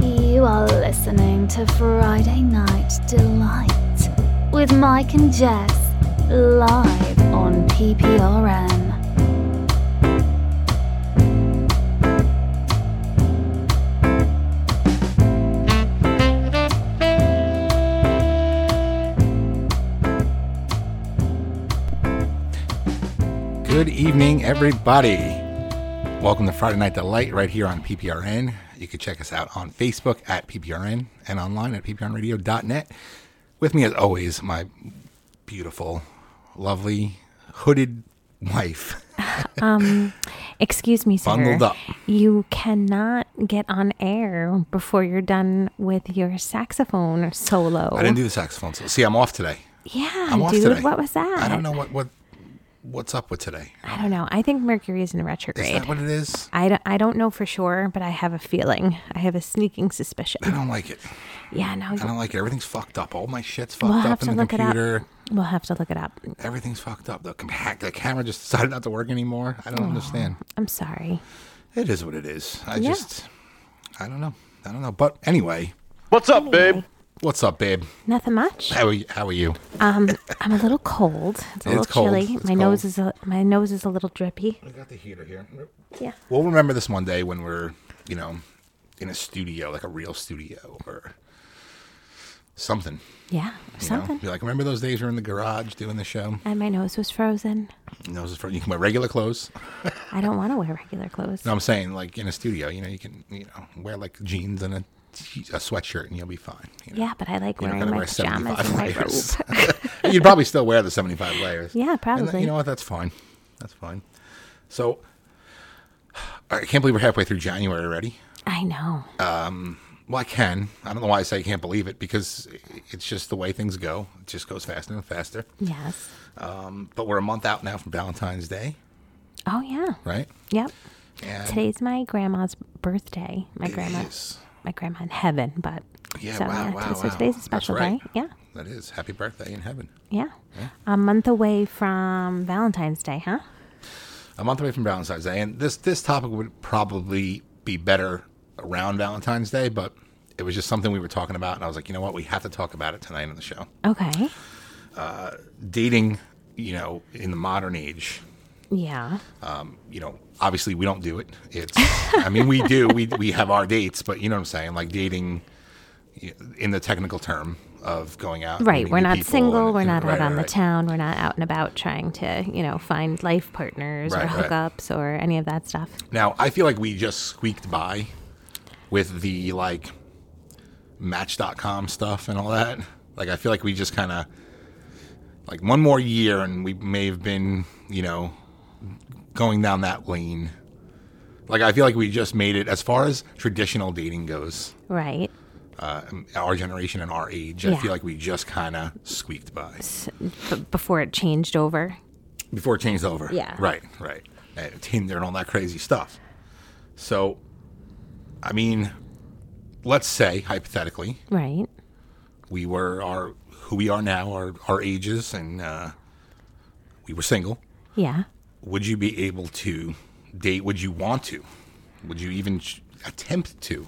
You are listening to Friday Night Delight with Mike and Jess live on PPRN. Good evening, everybody. Welcome to Friday Night Delight right here on PPRN. You can check us out on Facebook at PPRN and online at PPRNradio.net. With me, as always, my beautiful, lovely, hooded wife. Excuse me, sir. Bundled up. You cannot get on air before you're done with your saxophone solo. I didn't do the saxophone, so see, I'm off today. yeah, I'm off dude, today. what was that? I don't know what, what what's up with today. I don't know. I think Mercury is in Is retrograde. that what it is? I, don't, I don't know for sure, but I have a feeling. I have a sneaking suspicion. I don't like it. Yeah, no, I don't like it. Everything's fucked up. All my shit's fucked we'll up have to in the look computer. it up. We'll have to look it up. Everything's fucked up. The, com- hack- the camera just decided not to work anymore. I don't understand. I'm sorry. It is what it is. I Yeah. just, I don't know. I don't know. But anyway, What's up, babe? what's up, babe? Nothing much. How are you? How are you? Um, I'm a little cold. It's a It's little cold. chilly. It's my nose cold. is a, my nose is a little drippy. I got the heater here. Yeah. We'll remember this one day when we're, you know, in a studio, like a real studio or something. Yeah. You know? Something. Be like, remember those days we were in the garage doing the show? And my nose was frozen. And those are for, you can wear regular clothes. I don't want to wear regular clothes. No, I'm saying like in a studio, you know, you can, you know, wear like jeans and a, t- a sweatshirt and you'll be fine. you know? Yeah, but I like You're not gonna wearing my wear pajamas and 75 my robe. layers. You'd probably still wear the 75 layers. And Yeah, th- probably. you know what? That's fine. That's fine. So I can't believe we're halfway through January already. I know. Well, I can. I don't know why I say I can't believe it because it's just the way things go. It just goes faster and faster. Yes. But we're a month out now from Valentine's Day, Oh yeah. right? Yep. And Today's my grandma's birthday. My it grandma. is. My grandma in heaven, but Yeah, so, wow, yeah, wow, so wow. today's a That's special right. day. Yeah. That is. Happy birthday in heaven. Yeah. A month away from Valentine's Day, huh? a month away from Valentine's Day, and this this topic would probably be better around Valentine's Day, but it was just something we were talking about, and I was like, you know what, we have to talk about it tonight on the show. Okay. Dating, you know, in the modern age, Yeah. you know, obviously we don't do it. It's, I mean, we do, we we have our dates, but you know what I'm saying, like dating, y- in the technical term of going out. and Right. meeting We're new not people single. and- We're not right, out on right, the right. town. We're not out and about trying to, you know, find life partners or Right, right. hookups or any of that stuff. Now, I feel like we just squeaked by with the like match.com stuff and all that. Like, I feel like we just kind of like one more year and we may have been, you know, going down that lane. Like, I feel like we just made it as far as traditional dating goes, Right. our generation and our age. I Yeah. feel like we just kind of squeaked by B- before it changed over. before it changed over. Yeah. Right, right. And Tinder and all that crazy stuff. So, I mean, let's say hypothetically Right. we were our who we are now, our our ages, and uh, we were single. Yeah. Would you be able to date? Would you want to? Would you even sh- attempt to?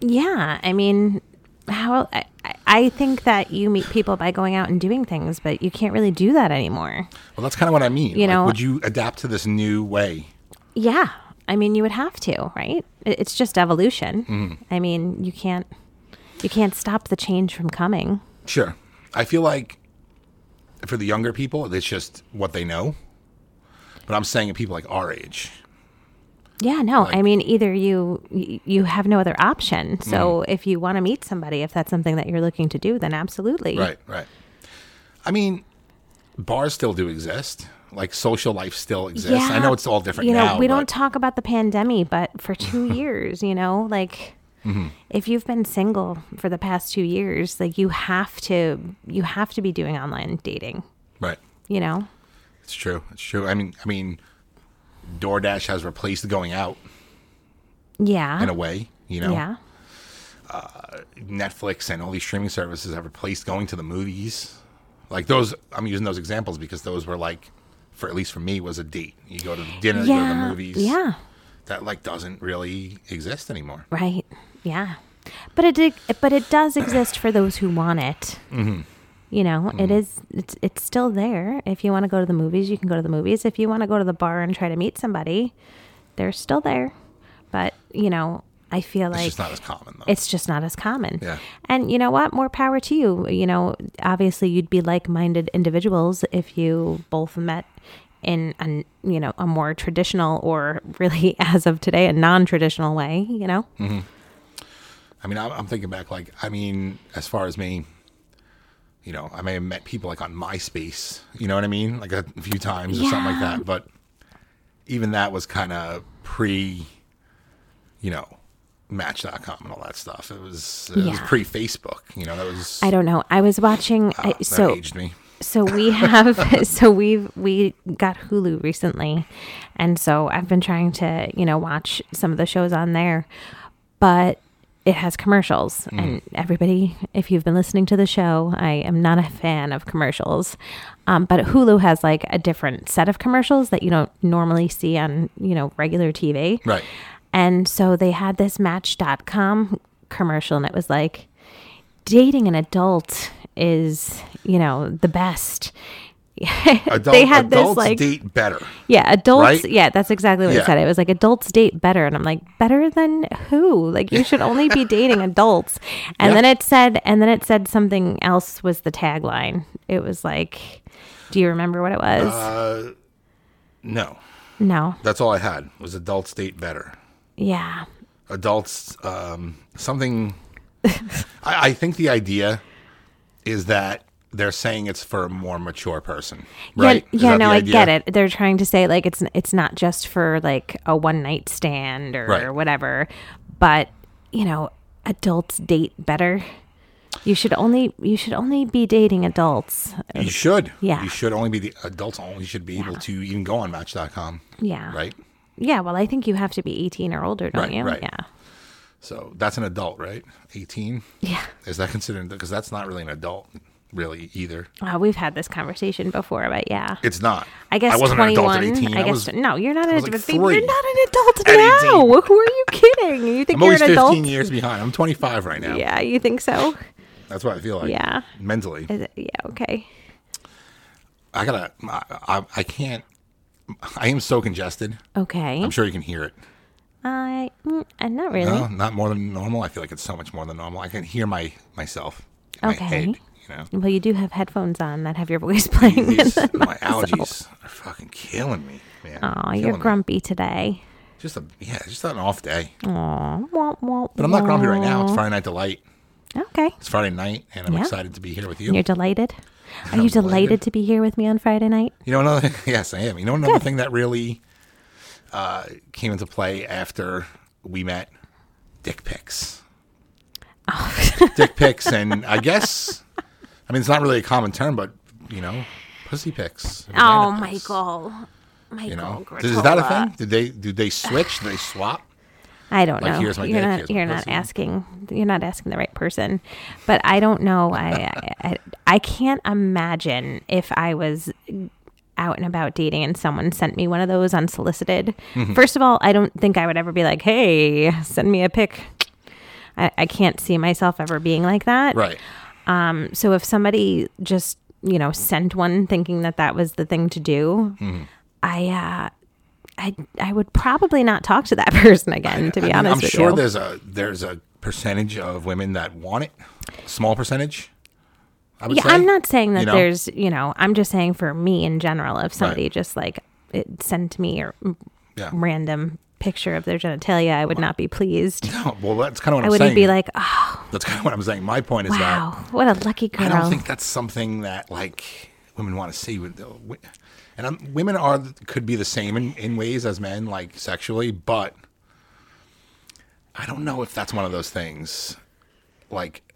Yeah. I mean, how I, I- I think that you meet people by going out and doing things, but you can't really do that anymore. Well, that's kind of what I mean. You know- would you adapt to this new way? Yeah. I mean, you would have to, right? It- It's just evolution. I mean, you can't you can't stop the change from coming. Sure. I feel like for the younger people, it's just what they know. But I'm saying people like our age. Yeah, no. I Like- mean, either you y- you have no other option. So, if you want to meet somebody, if that's something that you're looking to do, then absolutely. Right, right. I mean, bars still do exist. Like social life still exists. I know it's all different You know, now. we but don't talk about the pandemic, but for two years, you know, like Mm-hmm. if you've been single for the past two years, like you have to you have to be doing online dating. right. You know, It's true. It's true. I mean, I mean, DoorDash has replaced going out yeah, in a way. You know, Uh, yeah, Netflix and all these streaming services have replaced going to the movies. Like those, I'm using those examples because those were like, for at least for me, was a date. You go to dinner, you go to the yeah, movies. yeah. that like doesn't really exist anymore. Right. Yeah. But it did, but it does exist for those who want it. Mm-hmm. You know, it is it's it's still there. If you want to go to the movies, you can go to the movies. If you want to go to the bar and try to meet somebody, they're still there. But, you know, I feel It's like just not as common though. it's just not as common. Yeah. And you know what? More power to you. You know, obviously you'd be like-minded individuals if you both met in a you know a more traditional or really as of today a non-traditional way. You know, I mean, I'm, I'm thinking back, like, I mean, as far as me, you know, I may have met people like on MySpace, you know what I mean? Like a few times or something like Yeah. that. But even that was kind of pre, you know, Match.com and all that stuff. It was, it was Yeah. pre Facebook, you know, that was, I don't know. I was watching. uh, I, that so aged me. so we have so we've we got hulu recently and so i've been trying to you know watch some of the shows on there but it has commercials Hmm. and everybody if you've been listening to the show i am not a fan of commercials um, but hulu has like a different set of commercials that you don't normally see on you know regular tv Right. and so they had this match.com commercial and it was like dating an adult is, you know, the best. Adult, they had this adults like date better. yeah, adults right? yeah, that's exactly what Yeah. it said. It was like adults date better and I'm like better than who? Like you should only be dating adults. And Yeah. then it said and then it said something else was the tagline. It was like do you remember what it was? Uh, No, no. that's all I had was adults date better. Yeah. adults um, something I, I think the idea is that they're saying it's for a more mature person right Is Yeah, yeah that no, the I idea? get it. They're trying to say like it's it's not just for like a one night stand or, Right. or whatever, but you know, adults date better. You should only you should only be dating adults. you should Yeah. you should only be the adults only should be able to even go on match.com Yeah. right Yeah, well, I think you have to be 18 or older, don't Right, you? right. Yeah. so that's an adult right 18 Yeah. is that considered because that's not really an adult really either Wow, we've had this conversation before, but yeah. it's not I guess i wasn't 21. an adult at 18 I, i, guess was no, you're not an was adult. like you're three not an adult at now. 18. Who are you kidding? You think i'm you're always an 15 adult? years behind i'm 25 right now Yeah, you think so? that's what i feel like Yeah. mentally Is it- yeah, okay. I gotta. I, I, I can't. I am so congested. Okay. I'm sure you can hear it. I mm, uh, not really. No, not more than normal. I feel like it's so much more than normal. I can hear my myself. in Okay. My head, you know. Well, you do have headphones on that have your voice playing. in These, them. my allergies are fucking killing me, man. Aw, Killing you're me. grumpy today. Just a yeah, it's just an off day. Aw, wah, wah, But I'm not grumpy right now. It's Friday night delight. Okay. It's Friday night, and I'm Yeah. excited to be here with you. You're delighted. Are I'm you delighted. delighted to be here with me on Friday night? You know another yes, I am. You know another thing that really uh, came into play after we met, dick pics. Oh. dick pics, and I guess, I mean, it's not really a common term, but you know, pussy pics. vagina Oh, pics, Michael. Michael You know, Gratola. is that a thing? Did they did they switch? Did they swap? I don't Like, know. here's my you're dick, not, here's my you're not pussy. asking. You're not asking the right person. But I don't know. I, I- I I can't imagine if I was out and about dating and someone sent me one of those unsolicited. Mm-hmm. First of all, I don't think I would ever be like, "Hey, send me a pic." I, I can't see myself ever being like that. Right. Um, so if somebody just you know sent one thinking that that was the thing to do, Mm-hmm. I uh, I I would probably not talk to that person again. To be I mean, honest, I'm with sure you. there's a there's a percentage of women that want it, small percentage. I would yeah, say. I'm not saying that you know? there's you know I'm just saying for me in general, if somebody Right. just like it sent me a Yeah. random picture of their genitalia, I would not be pleased. No, well, that's kind of what I am wouldn't saying. be like, oh that's kind of what I'm saying. My point is that wow, what a lucky girl. I don't think that's something that like women want to see. with the- wi- And I'm, women are could be the same in, in ways as men, like sexually, but I don't know if that's one of those things. Like,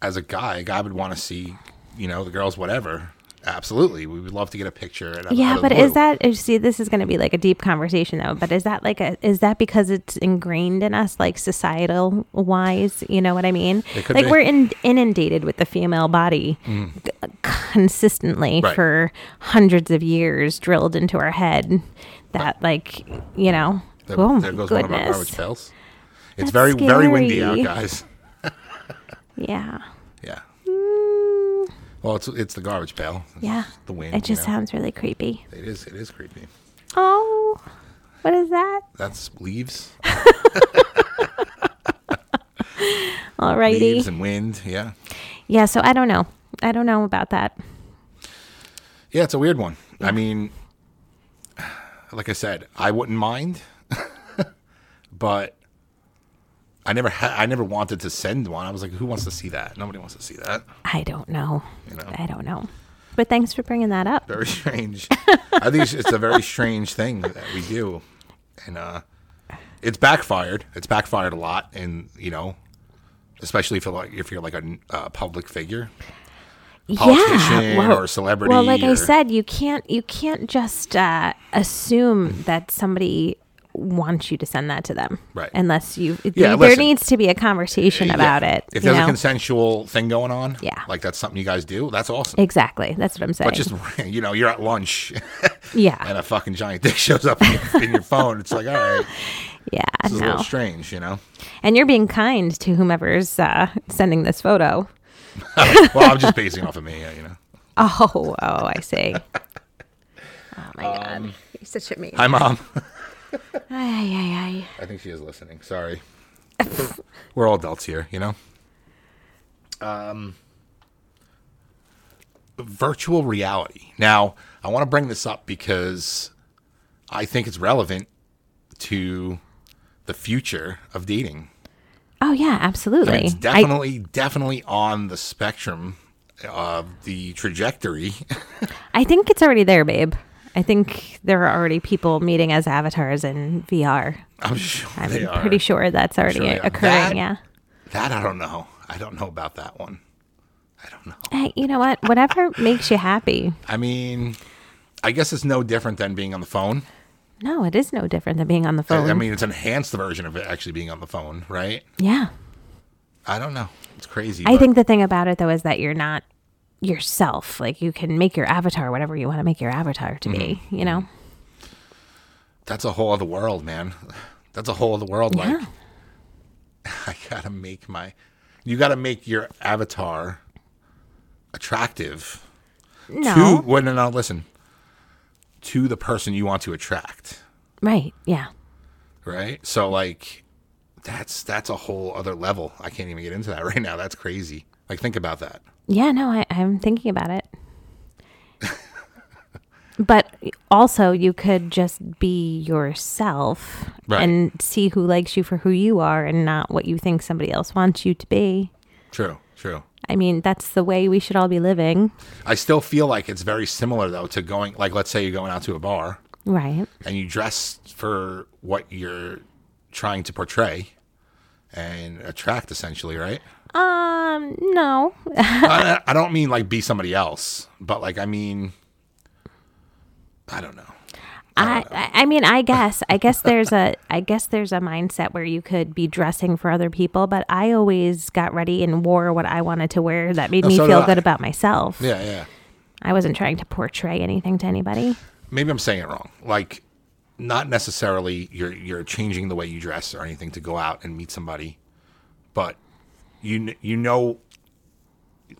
as a guy, a guy would want to see, you know, the girls, whatever. Absolutely, we would love to get a picture. out of- out of yeah, the but is blue. that you see? This is going to be like a deep conversation, though. But is that like a is that because it's ingrained in us, like societal wise? You know what I mean? It could like be. Mm. we're in, inundated with the female body g- consistently Right. for hundreds of years, drilled into our head that, like, you know, There, Oh, there my goes one of our goodness. garbage pails. It's That's very, very windy out, scary. guys. Yeah. Yeah. Mm. Well, it's it's the garbage pail. It's Yeah. The wind. It just you know. sounds really creepy. It is. It is creepy. Oh, what is that? That's leaves. Alrighty. Leaves and wind. Yeah. Yeah. So I don't know. I don't know about that. Yeah, it's a weird one. I mean, like I said, I wouldn't mind, but I never ha- I never wanted to send one. I was like, who wants to see that? Nobody wants to see that. I don't know. You know. I don't know. But thanks for bringing that up. Very strange. I think it's- it's a very strange thing that we do, and uh, it's backfired. It's backfired a lot, and you know, especially if you're like if you're like a n- uh, public figure, politician well- or celebrity. Well, like I or- said, you can't you can't just uh, assume Mm. that somebody wants you to send that to them, Right. Unless you, Yeah, there listen. needs to be a conversation Yeah. about it. If you there's a know? consensual thing going on, Yeah. like that's something you guys do. That's awesome. exactly, that's what I'm saying. but just you know, you're at lunch and yeah, a fucking giant dick shows up in your, in your phone. It's like, all right, yeah, this is a no. little strange, you know. And you're being kind to whomever's uh, sending this photo. Well, I'm just basing off of me, uh, you know. Oh, oh, I see. oh my god, you're such a mean. Um, Hi, mom. Ay, ay, ay. I think she is listening. Sorry, we're all adults here, you know. Um, virtual reality. Now, I want to bring this up because I think it's relevant to the future of dating. Oh yeah, absolutely. It's I- definitely, definitely on the spectrum of the trajectory. I think it's already there, babe. I think there are already people meeting as avatars in VR. I'm sure I'm they are. pretty sure that's already Sure they are. That- occurring. yeah. That I don't know. I don't know about that one. I don't know. Hey, you know what? Whatever makes you happy. I mean, I guess it's no different than being on the phone. No, it is no different than being on the I- phone. I mean, it's an enhanced version of it actually being on the phone, right? yeah. I don't know. It's crazy. I but think the thing about it though is that you're not yourself. Like you can make your avatar whatever you want to make your avatar to be. Mm-hmm. You know. that's a whole other world, man. That's a whole other world. Yeah. Like, I gotta make my, you gotta make your avatar attractive No. to. Well, no, no, listen. To the person you want to attract, Right. Yeah. right? So like, that's that's a whole other level. I can't even get into that right now. That's crazy. Like, think about that. Yeah, no, I, I'm thinking about it. but also, you could just be yourself Right. and see who likes you for who you are and not what you think somebody else wants you to be. True. True. I mean, that's the way we should all be living. I still feel like it's very similar though to going like let's say you're going out to a bar Right. and you dress for what you're trying to portray and attract essentially, right? Um, no. I, I don't mean like be somebody else, but like I mean I don't know. Uh. I, I I mean, I guess, I guess there's a, I guess there's a mindset where you could be dressing for other people, but I always got ready and wore what I wanted to wear that made me so did feel I. good about myself. Yeah, yeah. I wasn't trying to portray anything to anybody. Maybe I'm saying it wrong. Like not necessarily you're you're changing the way you dress or anything to go out and meet somebody, but you kn- you know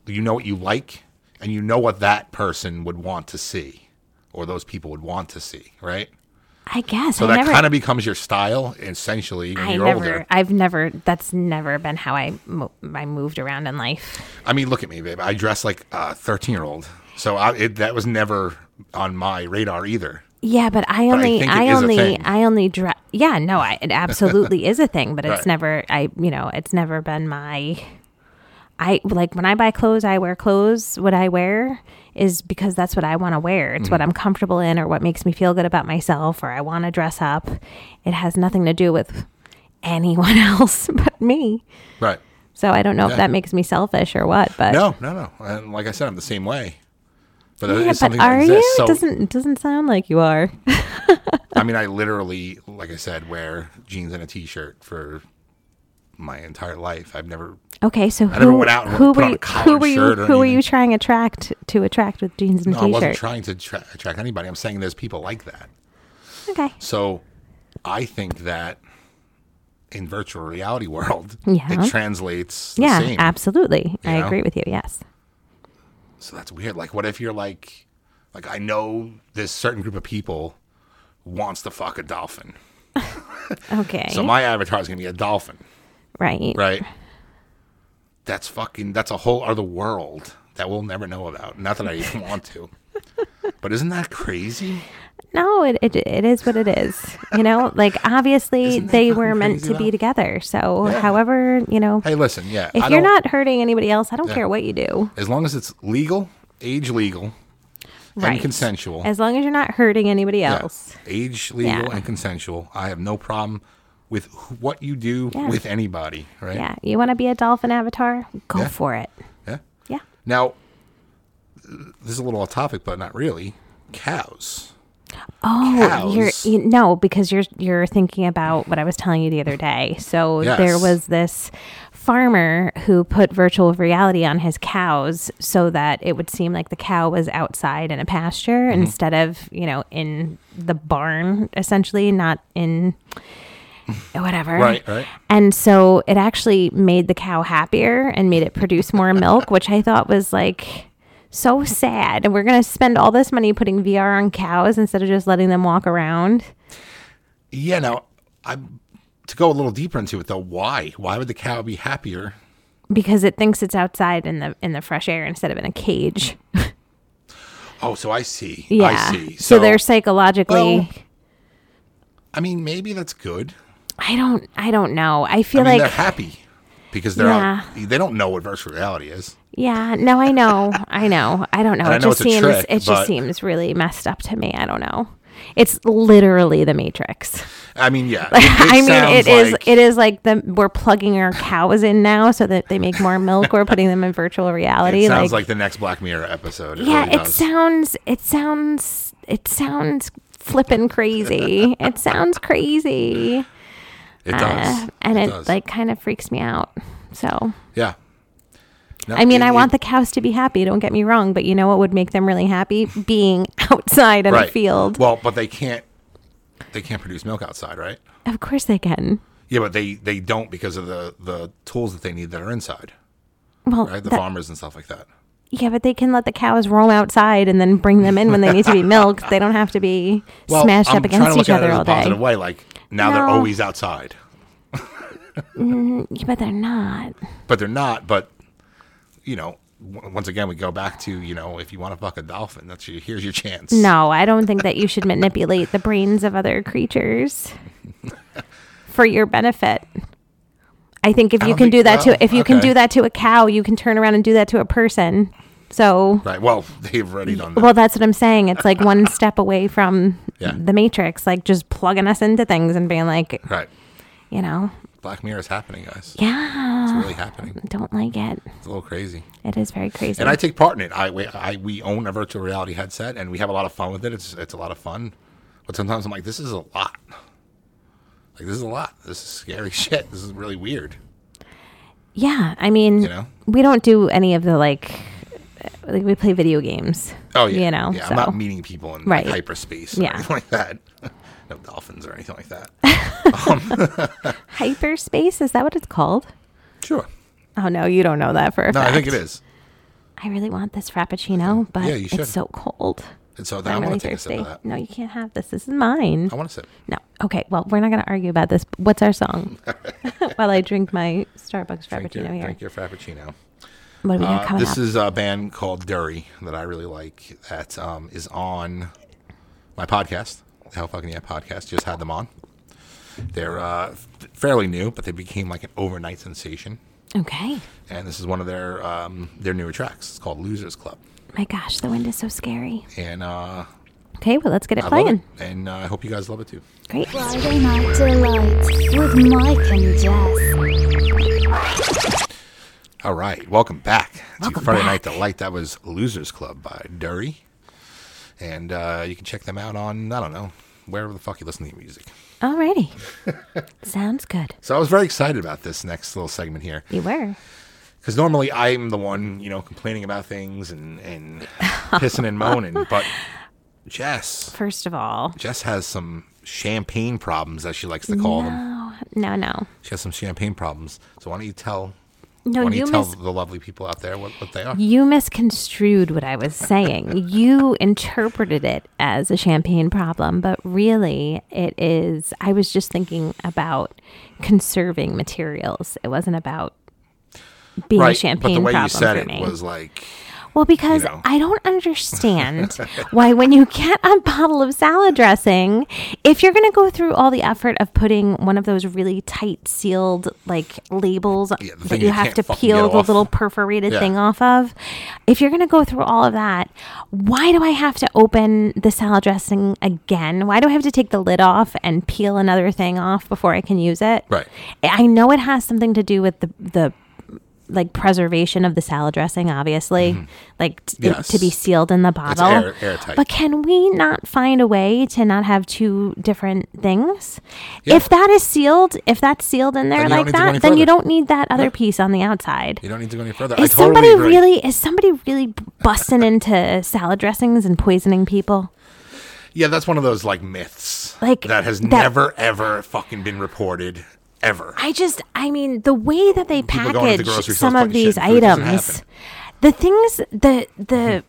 you know what you like and you know what that person would want to see or those people would want to see, right? I guess So I that never. kind of becomes your style essentially when I you're never. older. I've never. That's never been how I mo- I moved around in life. I mean, look at me, babe. I dress like a 13-year-old. So I, it, that was never on my radar either. Yeah, but I only. think it I, is a only. thing. I only. Dra- yeah, no, I, it absolutely is a thing, but it's Right. never. I you know, it's never been my. I like when I buy clothes. I wear clothes. What I wear is because that's what I want to wear. It's what Mm-hmm. I'm comfortable in, or what makes me feel good about myself, or I want to dress up. It has nothing to do with anyone else but me. Right. So I don't know if that makes me selfish or what, but No, no, no. And like I said, I'm the same way. But Yeah, it's but something are that you? exists. So it doesn't it doesn't sound like you are. I mean, I literally, like I said, wear jeans and a t-shirt for my entire life. I've never. Okay, so never who, went out and who put were on a you, who collared were you shirt or who were you anything. trying to attract to attract with jeans and No, I a wasn't t-shirt? trying to tra- attract anybody. I'm saying there's people like that. okay, So I think that in virtual reality world, Yeah. it translates the Yeah, same. absolutely. I Yeah. agree with you. Yes. So that's weird. Like, what if you're like, like I know this certain group of people wants to fuck a dolphin. Okay. So my avatar is gonna be a dolphin, right. right? That's fucking. That's a whole other world that we'll never know about. Not that I even want to. But isn't that crazy? No, it, it it is what it is. You know, like obviously Isn't that they fucking were meant crazy, to though? be together. So, Yeah. however, you know, Hey, listen, yeah. if I you're don't- not hurting anybody else, I don't care what you do. as long as it's legal, age legal, and consensual. As long as you're not hurting anybody Yeah. else. Age legal Yeah. and consensual. I have no problem with wh- what you do Yeah. with anybody, right? Yeah. You want to be a dolphin avatar? Go Yeah. for it. Yeah. Yeah. Now, this is a little off topic, but not really. Cows. Oh, you're, Cows. you no, because you're you're thinking about what I was telling you the other day. So there Yes. was this farmer who put virtual reality on his cows so that it would seem like the cow was outside in a pasture Mm-hmm. instead of you know in the barn, essentially, not in whatever. Right, right. And so it actually made the cow happier and made it produce more milk, which I thought was like so sad. And we're going to spend all this money putting VR on cows instead of just letting them walk around. Yeah. Now, I to go a little deeper into it though. Why? Why would the cow be happier? Because it thinks it's outside in the in the fresh air instead of in a cage. Oh, so I see. Yeah. I see. So, they're psychologically Well- I mean, maybe that's good. I don't I don't know. I I feel mean, they're like happy because they're out, they don't know what virtual reality is. yeah, no I know. I know. I don't know. I it know it's just a seems trick, it just but- seems really messed up to me. I don't know. It's literally the matrix. I mean, yeah. I mean, it is like, it is like the we're plugging our cows in now so that they make more milk. We're putting them in virtual reality. It sounds like, the next Black Mirror episode. It yeah, really it does. sounds it sounds it sounds flippin' crazy. it sounds crazy, it does. Uh, and it, does. like kind of freaks me out. So. yeah. No, I mean, it- I want it- the cows to be happy. Don't get me wrong, but you know what would make them really happy? Being outside in a right. field. Well, but they can't. They can't produce milk outside, right? of course they can. Yeah, but they they don't because of the the tools that they need that are inside, Well, right? The that- farmers and stuff like that. Yeah, but they can let the cows roam outside and then bring them in when they need to be milked. They don't have to be smashed I'm trying up to against look each at it other in all a positive day. way. Like now they're No. always outside, Yeah, but they're not. but they're not. But you know, w- once again, we go back to you know, if you want to fuck a dolphin, that's your, here's your chance. No, I don't think that you should manipulate the brains of other creatures for your benefit. I think if don't you can think- do that well, to if you can okay. do that to a cow, you can turn around and do that to a person. So Right. Well, they've already done that. well, that's what I'm saying. It's like one step away from Yeah. the matrix, like just plugging us into things and being like, right. you know, Black Mirror is happening, guys. yeah, It's really happening. don't like it. It's a little crazy. It is very crazy. And I take part in it. I we, I we own a virtual reality headset, and we have a lot of fun with it. It's it's a lot of fun, but sometimes I'm like, this is a lot. Like this is a lot. This is scary shit. This is really weird. yeah, I mean, You know? we don't do any of the like, like we play video games. Oh yeah, you know, yeah. so. I'm not meeting people in Right. like, hyperspace, Yeah. or anything like that. no dolphins or anything like that. Um, hyperspace is that what it's called? sure. Oh no, you don't know that for a No, fact. I think it is. I really want this frappuccino, but Yeah, you should. it's so cold. And so I'm I really want to take a thirsty. sip of that. No, you can't have this. This is mine. I want to sip. No. Okay. Well, we're not going to argue about this. What's our song? While I drink my Starbucks Drink frappuccino your, here. drink your frappuccino. What do we got Uh, coming this up? is a band called Dury that I really like that um, is on my podcast, the Hell Fucking Yeah podcast. Just had them on. They're uh, f- fairly new, but they became like an overnight sensation. okay. And this is one of their um, their newer tracks. It's called Losers Club. My gosh, the wind is so scary. And uh, Okay. Well, let's get it I love it. playing. And uh, I hope you guys love it too. Great. Friday Night Delight with Mike and Jess. All right, welcome back Welcome to Friday back. Night Delight. That was Losers Club by Dury. And uh, you can check them out on, I don't know, wherever the fuck you listen to your music. Alrighty. Sounds good. So I was very excited about this next little segment here You were. because normally I'm the one, you know, complaining about things and and pissing and moaning, but Jess, First of all, Jess has some champagne problems, as she likes to call them. Oh, no, no. She has some champagne problems. So why don't you tell? No, why don't you you, tell mis- the lovely people out there what, what they are? You misconstrued what I was saying. you interpreted it as a champagne problem, but really it is. I was just thinking about conserving materials. It wasn't about being a but champagne the way problem you said for it me. was like, Well, because know. I don't understand why when you get a bottle of salad dressing, if you're going to go through all the effort of putting one of those really tight sealed like labels the that thing you you have can't to fucking get peel the off. little perforated Yeah. thing off of, if you're going to go through all of that, why do I have to open the salad dressing again? Why do I have to take the lid off and peel another thing off before I can use it? Right. I know it has something to do with the the like preservation of the salad dressing, obviously, like t- it- to Mm-hmm. be Yes. sealed in the bottle. air- airtight. But can we not find a way to not have two different things? Yeah. If that is sealed, if that's sealed in there Then you don't like need to go that, any then you further. don't need that other piece on the outside. you don't need to go any further. I Is totally somebody agree. really is somebody really busting into salad dressings and poisoning people? Yeah, that's one of those like myths Like, that has that- never ever fucking been reported ever. I just, I mean, the way that they People going to the package grocery some stores of putting these shit in food doesn't items, happen. the things, the the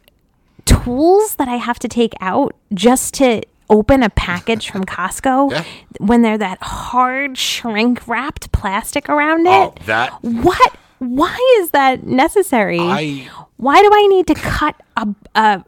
tools that I have to take out just to open a package from Costco Yeah. when they're that hard shrink wrapped plastic around it. Oh, that what? Why is that necessary? I Why do I need to cut a, a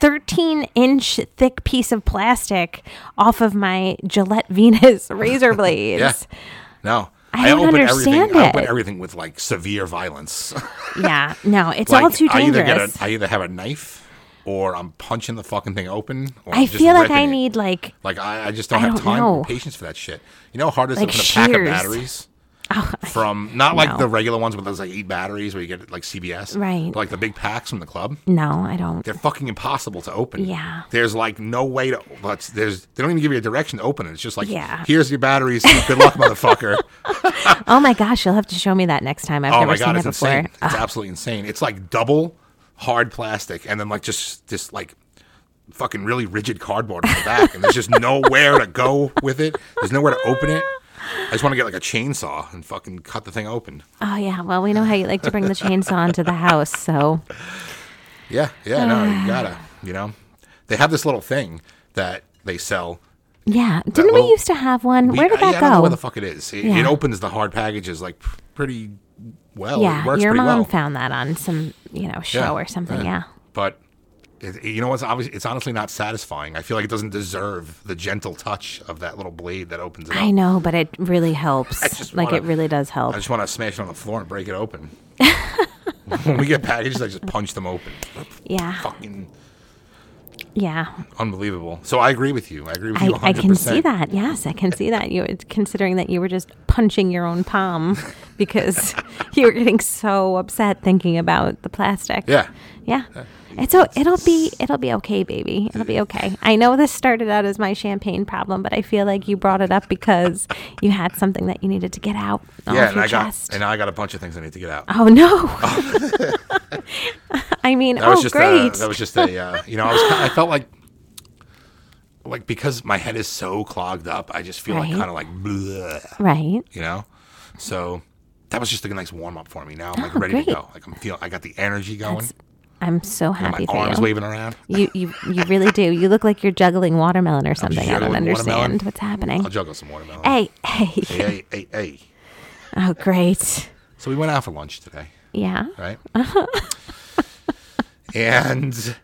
13 inch thick piece of plastic off of my Gillette Venus razor blades? yeah. No. I don't open understand everything I open it. everything with like severe violence. Yeah, no, it's all Like, too I either dangerous. get a, I either have a knife or I'm punching the fucking thing open or I I'm just feel like ripping I it. need like Like I, I just don't I have don't time know. and patience for that shit. You know how hard it is Like to open a pack of shears. Oh, batteries? from not like no. the regular ones with those like eight batteries where you get like CBS. Right. But, like the big packs from the club. no, I don't. They're fucking impossible to open. Yeah. There's like no way to but there's they don't even give you a direction to open it. It's just like Yeah. here's your batteries. Good luck, motherfucker. Oh my gosh, you'll have to show me that next time. I've Oh never my seen god, it's it before. Ah. insane. It's absolutely insane. It's like double hard plastic and then like just this like fucking really rigid cardboard on the back and there's just nowhere to go with it. There's nowhere to open it. I just want to get like a chainsaw and fucking cut the thing open. Oh yeah, well we know how you like to bring the chainsaw into the house, so Yeah, yeah, no, you gotta, you know. They have this little thing that they sell. yeah. Didn't we little- used to have one? Where did uh, I, that I don't know where the go? fuck it is. It, Yeah. it opens the hard packages like pr- pretty well. it Yeah, works your pretty mom well. found that on some you know show Yeah, or something. Yeah. but it, you know what's obviously it's honestly not satisfying. I feel like it doesn't deserve the gentle touch of that little blade that opens it up. I know, but it really helps. just Like wanna- it really does help. I just want to smash it on the floor and break it open. when we get packages, I just punch them open. yeah, Fucking yeah. unbelievable. So I agree with you. I agree with I, you. 100%. I can see that. Yes, I can see that. You considering that you were just punching your own palm because you were getting so upset thinking about the plastic. Yeah. Yeah. It's o- it'll be it'll be okay, baby. It'll be okay. I know this started out as my champagne problem, but I feel like you brought it up because you had something that you needed to get out Yeah, off and your I chest. got and I got a bunch of things I need to get out. oh no. I mean, That was oh just great. A, that was just a uh, you know I was ki- I felt like like because my head is so clogged up, I just feel Right. like kind of like bleh, right. you know. So that was just like a nice warm up for me. Now I'm like ready to Oh, great. go. Like I'm feel I got the energy going. I'm so my happy for arms you. waving around. You, you you really do. You look like you're juggling watermelon or something. I don't juggling understand watermelon. what's happening. I'll juggle some watermelon. Hey, hey. hey, hey, hey. Oh, great. So we went out for lunch today, Yeah. right? and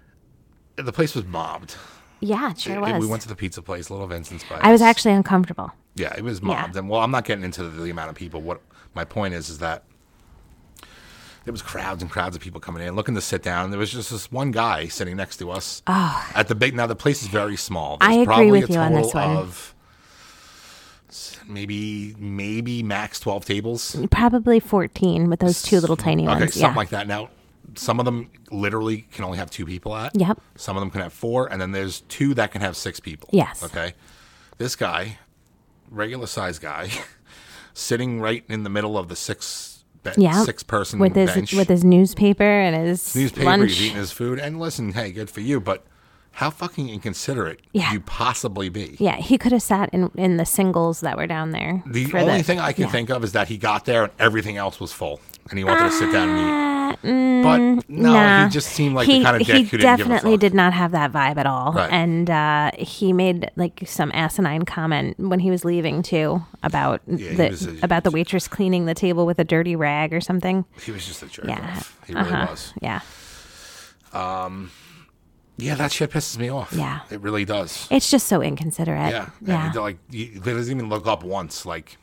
the place was mobbed. Yeah, it sure And was. We went to the pizza place, Little Vincent's place. I was actually uncomfortable. Yeah, it was mobbed. And well, I'm not getting into the amount of people. What my point is is that there was crowds and crowds of people coming in, looking to sit down. There was just this one guy sitting next to us at the big. Now the place is very small. Oh. I There's agree probably with a you on total this one. of s- maybe maybe max twelve tables. Probably 14 with those two little tiny Okay, ones. something yeah. like that. Now, some of them literally can only have two people at. Yep. Some of them can have four, and then there's two that can have six people. Yes. Okay. This guy, regular size guy, sitting right in the middle of the six be- yeah. six person with his bench. with his newspaper and his newspaper, lunch. he's eating his food, and listen, hey, good for you, but How fucking inconsiderate Yeah. could you possibly be? Yeah, he could have sat in in the singles that were down there. The for only thing I can yeah. think of is that he got there and everything else was full, and he wanted to sit down and eat. Uh, mm, But no, nah. he just seemed like the kind of dick he who didn't give a definitely fuck. did not have that vibe at all, Right. and uh, he made like some asinine comment when he was leaving too about he was the a- about the waitress cleaning the table with a dirty rag or something. He was just a jerk Yeah, off. He really Uh-huh. was. Yeah, Yeah, that shit pisses me off. Yeah. it really does. it's just so inconsiderate. Yeah, yeah. And he, like he he doesn't even look up once. Like,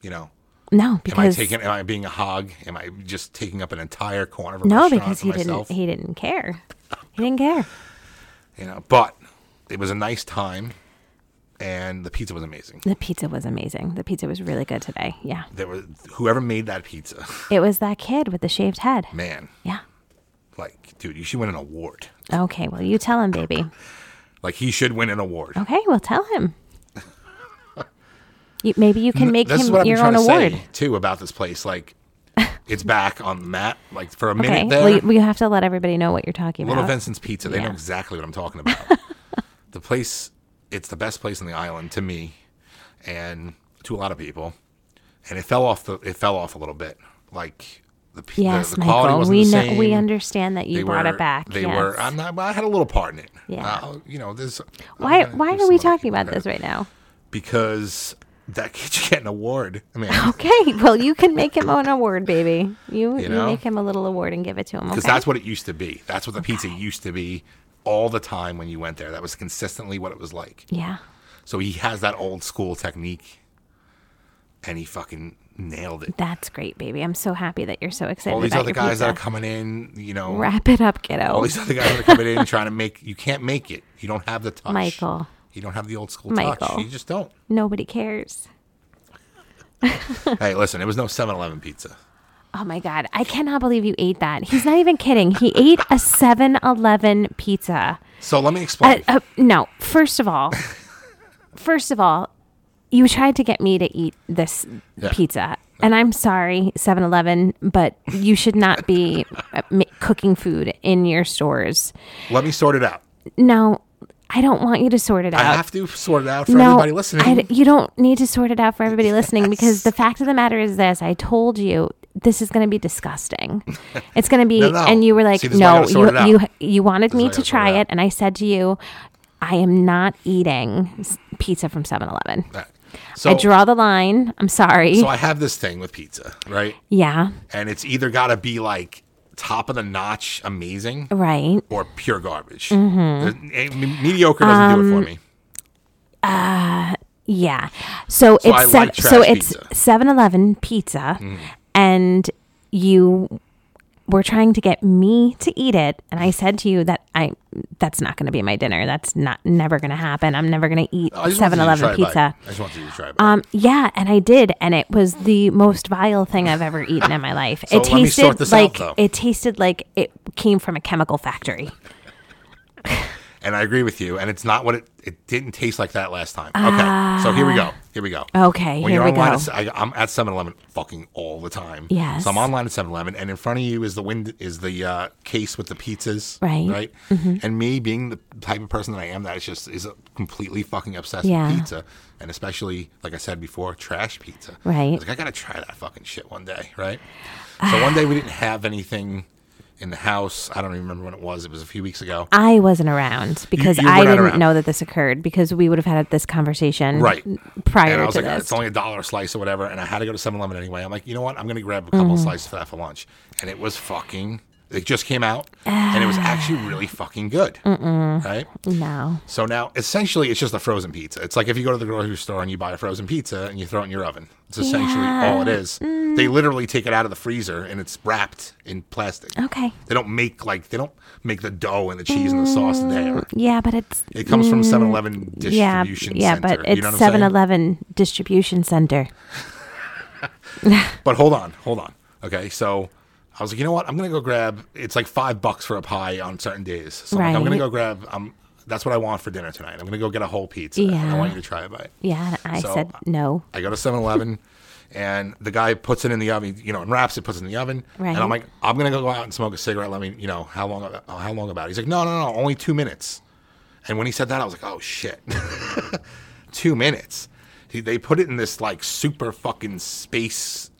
you know, no, am I because taking? Am I being a hog? Am I just taking up an entire corner of a no, restaurant because for he myself? didn't he didn't care. He didn't care. You know, but it was a nice time, and the pizza was amazing. The pizza was amazing. The pizza was really good today. Yeah, There was whoever made that pizza, it was that kid with the shaved head. man. Yeah. Like, dude, you should win an award. Okay, well, you tell him, baby. Like, he should win an award. Okay, well, tell him. You, maybe you can make this is him what I've been your own trying to award. say too about this place. Like, it's back on the map. Like for a minute Okay, there, well, you, we have to let everybody know what you're talking Little about. Vincent's Pizza. They know Yeah. exactly what I'm talking about. the place, it's the best place on the island to me, and to a lot of people. And it fell off the. It fell off a little bit. Like the p- the- yes, the, quality Michael, wasn't we the know, same. we understand that you They brought were- it back. They yes. were. I'm not. I had a little part in it. Yeah. Uh, you know, there's. I'm why gonna why give are we some other talking people about this credit. right now? Because that kid should get an award. I mean, Okay, well, you can make him an award, baby. You you, know? make him a little award and give it to him. Okay? because that's what it used to be. That's what the pizza used to be all the time when you went there. That was consistently what it was like. yeah. So he has that old school technique, and he fucking nailed it. That's great, baby. I'm so happy that you're so excited All these about other your guys pizza. that are coming in, you know, Wrap it up, kiddo. all these other guys that are coming in trying to make you can't make it. You don't have the touch, Michael. You don't have the old school touch. Michael. You just don't. Nobody cares. hey, listen, it was no 7-Eleven pizza. Oh my God. I cannot believe you ate that. He's not even kidding. He ate a 7 Eleven pizza. So let me Uh, explain. uh, no, first of all, first of all, you tried to get me to eat this Yeah. pizza. And I'm sorry, 7 Eleven, but you should not be uh, ma- cooking food in your stores. let me sort it out. No, I don't want you to sort it out. I have to sort it out for no, everybody listening. I d- you don't need to sort it out for everybody listening because the fact of the matter is this: I told you this is going to be disgusting. It's going to be, No, no. and you were like, See, this is why I "No, gotta sort it out. you, you you wanted why me I to gotta sort it try out. it," and I said to you, "I am not eating s- pizza from 7-Eleven. All right. so I draw the line. I'm sorry. So I have this thing with pizza, right? yeah, And it's either got to be like top of the notch, amazing, right. or pure garbage. Mm-hmm. There's- eh, me- Mediocre doesn't do it for Um, me. Yeah. So, I it's sev- like so trash it's pizza. Mm. 7-Eleven pizza and you were trying to get me to eat it and I said to you that I that's not going to be my dinner. That's not never going to happen. I'm never going to eat I just wanted you to 7-Eleven try it by. pizza. I just wanted you to try it. by. Um yeah, and I did and it was the most vile thing I've ever eaten in my life. So it let me tasted sort this out, like though. it tasted like it came from a chemical factory. and I agree with you. And it's not what it. It didn't taste like that last time. okay, so here we go. Here we go. Ah. Okay, When here you're we online, at, go. I, I'm at 7-Eleven fucking all the time. Yes. So I'm online at 7-Eleven, and in front of you is the wind is the uh, case with the pizzas, Right. Mm-hmm. Right. And me being the type of person that I am, that is just is completely fucking obsessed Yeah. with pizza, and especially like I said before, trash pizza. Right. I was like I gotta try that fucking shit one day, right? So one day we didn't have anything in the house. I don't even remember when it was. It was a few weeks ago. I wasn't around because you were I not didn't around. know that this occurred because we would have had this conversation Right. prior and I was to like, "Oh, this. it's only a dollar a slice or whatever. And I had to go to 7 Eleven anyway. I'm like, you know what? I'm going to grab a couple Mm-hmm. slices for that for lunch. And it was fucking, it just came out and it was actually really fucking good. Right? no. So now essentially it's just a frozen pizza. It's like if you go to the grocery store and you buy a frozen pizza and you throw it in your oven. It's essentially all it is. Mm. They literally take it out of the freezer and it's wrapped in plastic. Okay. They don't make like, they don't make the dough and the cheese and the sauce there. Yeah, but it's It comes from 7 Eleven Mm. yeah, distribution yeah, center. but it's you know what I'm saying? 7-Eleven distribution center. But hold on, hold on. Okay, so I was like, you know what? I'm gonna go grab. It's like five bucks for a pie on certain days. So I'm, like, I'm gonna Right. go grab. Um, that's what I want for dinner tonight. I'm gonna go get a whole pizza. And I Yeah. want you to try it. By it. Yeah, and I So, said no. I go to 7-Eleven, and the guy puts it in the oven. You know, and wraps it, puts it in the oven. And I'm Right. like, I'm gonna go out and smoke a cigarette. Let me, you know, how long? How long about? it? He's like, no, no, no, only two minutes. And when he said that, I was like, oh shit, two minutes. He- They put it in this like super fucking space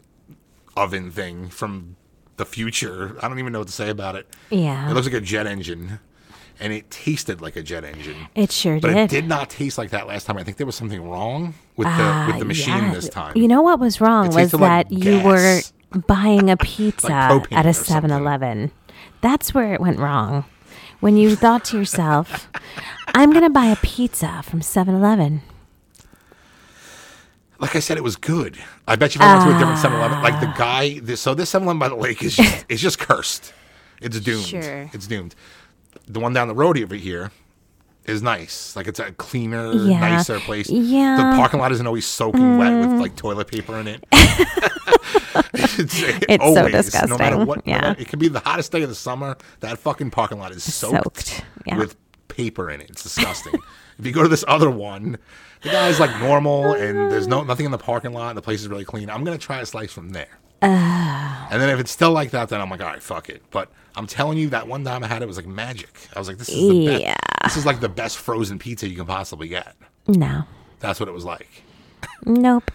oven thing from the future. I don't even know what to say about it. Yeah. It looks like a jet engine, and it tasted like a jet engine. It sure But did. it did not taste like that last time. I think there was something wrong with the with the machine Ah, yeah. this time. You know what was wrong It was tasted like that you were gas. buying a pizza propane at a or something. 7 Eleven. That's where it went wrong. When you thought to yourself, I'm going to buy a pizza from 7 Eleven. like I said, it was good. I bet you if I went to a different Ah. 7-Eleven, like the guy, this, so this 7-Eleven by the lake is just, it's just cursed. It's doomed. Sure. It's doomed. The one down the road over here is nice. Like it's a cleaner, Yeah. nicer place. Yeah. Mm. The parking lot isn't always soaking wet with like toilet paper in it. it's it It's so No matter disgusting. what, Yeah. no matter- it could be the hottest day of the summer. That fucking parking lot is soaked, Soaked. Yeah. with paper in it. It's disgusting. if you go to this other one, the guy's like normal and there's no nothing in the parking lot. The place is really clean. I'm gonna try a slice from there. and then if it's still like that, then I'm like, all right, fuck it. But I'm telling you, that one time I had it was like magic. I was like, this is the Yeah. best. This is like the best frozen pizza you can possibly get. No. That's what it was like. Nope.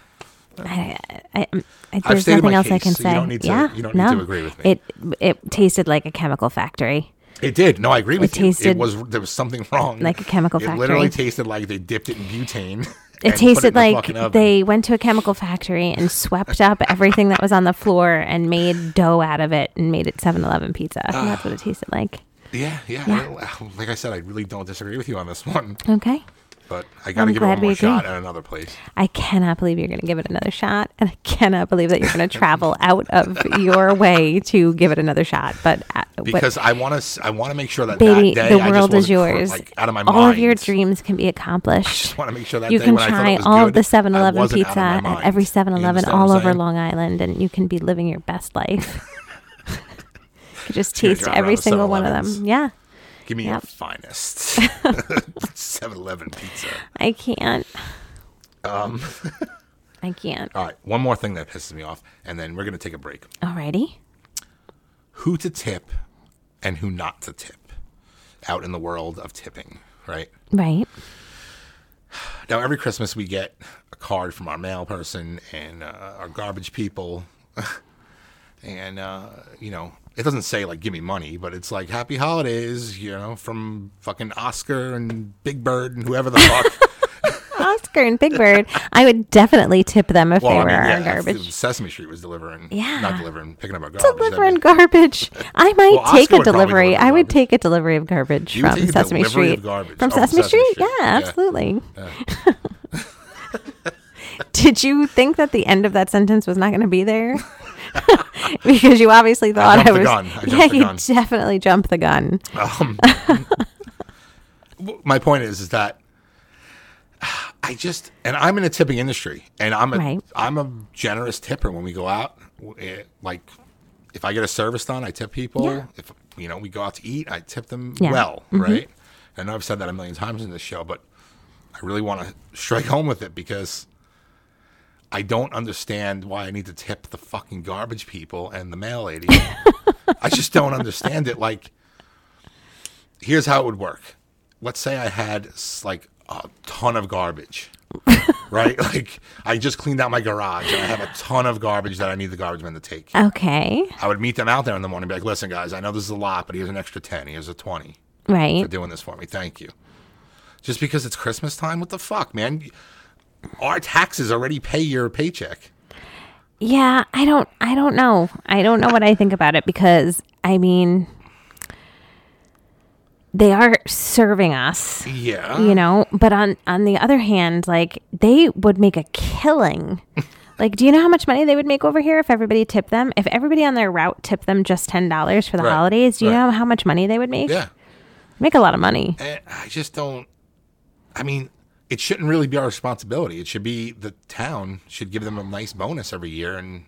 I, I, I, there's stated nothing my else I case, can so say. you don't need to- yeah, you don't need no. to agree with me. It it tasted like a chemical factory. It did. No, I agree with It you. tasted it was there was something wrong. like a chemical it literally factory. tasted like they dipped it in butane. and put in It tasted the like fucking oven. they went to a chemical factory and swept up everything that was on the floor and made dough out of it and made it 7-Eleven pizza. Ah. That's what it tasted like. Yeah, yeah. I- like I said, I really don't disagree with you on this one, Okay. but I got to I'm give it glad one we more shot agree. at another place. I cannot believe you're going to give it another shot and I cannot believe that you're going to travel out of your way to give it another shot. But uh, but Because I want to, I want to make sure that baby, that day the I just world is wasn't, yours. Like out of my all mind. of your dreams can be accomplished. want to make sure that You day can when I thought it try was all good, of the 7 I Eleven wasn't pizza out of my at mind. every You 7 Eleven understand what all I'm over saying? Long Island, and you can be living your best life. you could just gonna taste drive every around to single one of 7-Elevens. them. Yeah. Give me your Yep. finest 7-Eleven pizza. I can't. Um. I can't. All right, one more thing that pisses me off, and then we're gonna take a break. Alrighty. who to tip and who not to tip out in the world of tipping, right? Right. Now, every Christmas we get a card from our mail person and uh, our garbage people. and, uh, you know, it doesn't say, like, give me money, but it's like, happy holidays, you know, from fucking Oscar and Big Bird and whoever the fuck. Oscar and Big Bird. I would definitely tip them if they were our yeah, if garbage. Sesame Street was delivering. Yeah. Not delivering, picking up our garbage. that'd be- Delivering garbage. I might Well, take Oscar a would probably delivery. deliver I would garbage. take a delivery of garbage You would from take a Sesame delivery of Street. garbage. From Oh, Sesame, Sesame Street? Street. Yeah, Yeah. absolutely. Did you think that the end of that sentence was not going to be there? because you obviously thought jumped I, the was. gun. I yeah, jumped the you gun. definitely jumped the gun. Um, w- my point is is that I just and I'm in a tipping industry and I'm a Right. am a generous tipper when we go out W- eh, like if I get a service done I tip people Yeah. if you know we go out to eat I tip them Yeah. well right I know I've said that a million times in this show but I really want to strike home with it because I don't understand why I need to tip the fucking garbage people and the mail lady I just don't understand it like here's how it would work. Let's say I had s- like a ton of garbage, right? Like I just cleaned out my garage and I have a ton of garbage that I need the garbage man to take. Okay. I would meet them out there in the morning and be like, listen, guys, I know this is a lot, but here's an extra 10, here's a 20 for Right. doing this for me. Thank you. Just because it's Christmas time? What the fuck, man? Our taxes already pay your paycheck. Yeah, I don't I don't know. I don't know what I think about it because I mean they are serving us, Yeah. you know, but on on the other hand, like they would make a killing. Like, do you know how much money they would make over here if everybody tipped them? If everybody on their route tipped them just ten dollars for the Right, holidays, do you right. know how much money they would make? Yeah. Make a lot of money. And I just don't. I mean, it shouldn't really be our responsibility. It should be the town should give them a nice bonus every year, and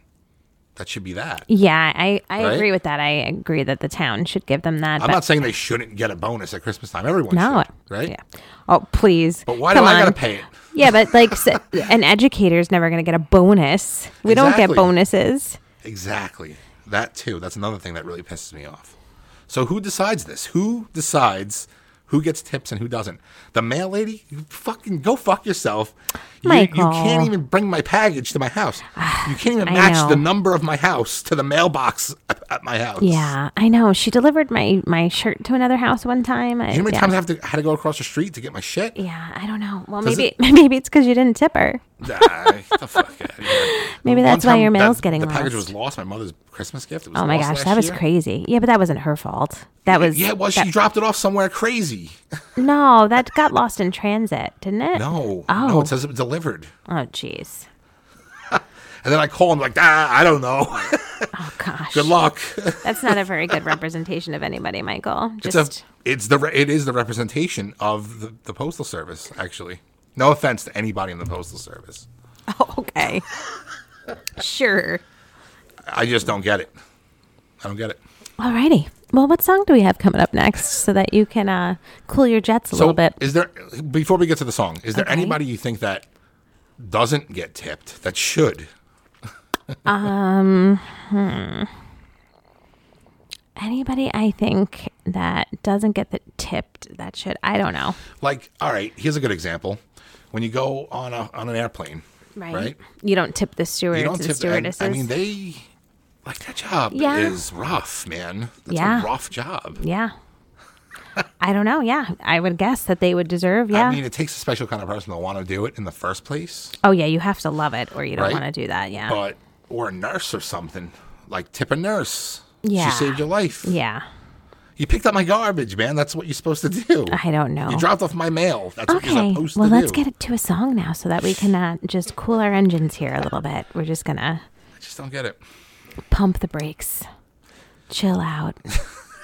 that should be that. Yeah, I, I Right? agree with that. I agree that the town should give them that. I'm but not saying they shouldn't get a bonus at Christmas time. Everyone no, should, right? Yeah. Oh, please. But why Come do I on. gotta pay it? Yeah, but like s- an educator's never going to get a bonus. We don't Exactly. get bonuses. Exactly. That too. That's another thing that really pisses me off. So who decides this? Who decides who gets tips and who doesn't. The mail lady, you fucking go fuck yourself. You, you Michael. can't even bring my package to my house. You can't even I match know. the number of my house to the mailbox at, at my house. Yeah, I know. She delivered my my shirt to another house one time. I, You know how many yeah. times I have to had to go across the street to get my shit? Yeah, I don't know. Well, Does maybe maybe it's because you didn't tip her. Nah, get the fuck outta here. Maybe One that's why time your mail's that- getting The package lost. was lost. My mother's Christmas gift. It was Oh my lost gosh, last that was year. crazy. Yeah, but that wasn't her fault. That was Yeah, well, that- she dropped it off somewhere crazy. no, that got lost in transit, didn't it? No, no, Oh. it says it was delivered. Oh, jeez. And then I call him like, ah, I don't know. Oh gosh. Good luck. That's not a very good representation of anybody, Michael. It's Just a, it's the, re- it is the representation of the, the postal service. Actually, no offense to anybody in the postal service. oh, okay. sure. I just don't get it. I don't get it. Alrighty. Well, what song do we have coming up next so that you can uh, cool your jets a So little bit? Is there before we get to the song? Is there Okay. anybody you think that doesn't get tipped that should? Anybody I think that doesn't get the tipped that should I don't know. Like, all right, here's a good example. When you go on a on an airplane, right? You don't tip the stewards You don't and tip. And, stewardesses. I mean, they like that job Yeah. is rough, man. That's Yeah. a rough job. yeah. I don't know. Yeah. I would guess that they would deserve. Yeah. I mean, it takes a special kind of person to want to do it in the first place, oh, yeah. You have to love it or you don't Right? want to do that. Yeah. but or a nurse or something. Like tip a nurse. Yeah. She saved your life. yeah. You picked up my garbage, man. That's what you're supposed to do. I don't know. You dropped off my mail. That's what you're Okay. supposed Well, to let's do. get it to a song now so that we can uh, just cool our engines here a little bit. We're just going to I just don't get it. pump the brakes, chill out.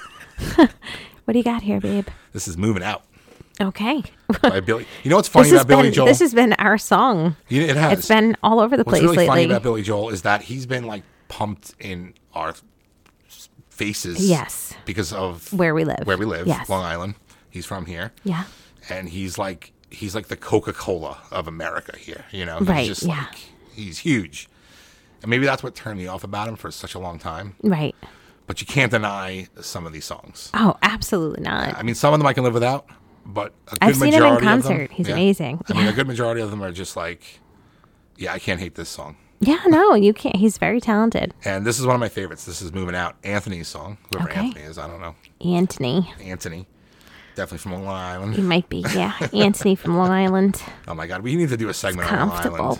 what do you got here, babe? This is moving out Okay. by Billy. You know what's funny This has, about Billy been, Joel? this has been our song. You- it has. It's been all over the What's place really lately. funny about Billy Joel is that he's been like pumped in our s- faces. Yes. Because of Where we live. Where we live. Yes. Long Island. He's from here. yeah. And he's like he's like the Coca Cola of America here. You know. He's Right, Just yeah. Like, he's huge. And maybe that's what turned me off about him for such a long time. Right. But you can't deny some of these songs. Oh, absolutely not. I mean, some of them I can live without, but a good I've seen him in majority of them- concert. He's amazing. I mean, Yeah. a good majority of them are just like, yeah, I can't hate this song. Yeah, no, you can't. He's very talented. And this is one of my favorites. This is moving out. Anthony's song, whoever Okay. Anthony is, I don't know. Anthony. Anthony, definitely from Long He Island. might be. Yeah. Anthony from Long Island. Oh my God, we need to do a segment on Long Island. comfortable.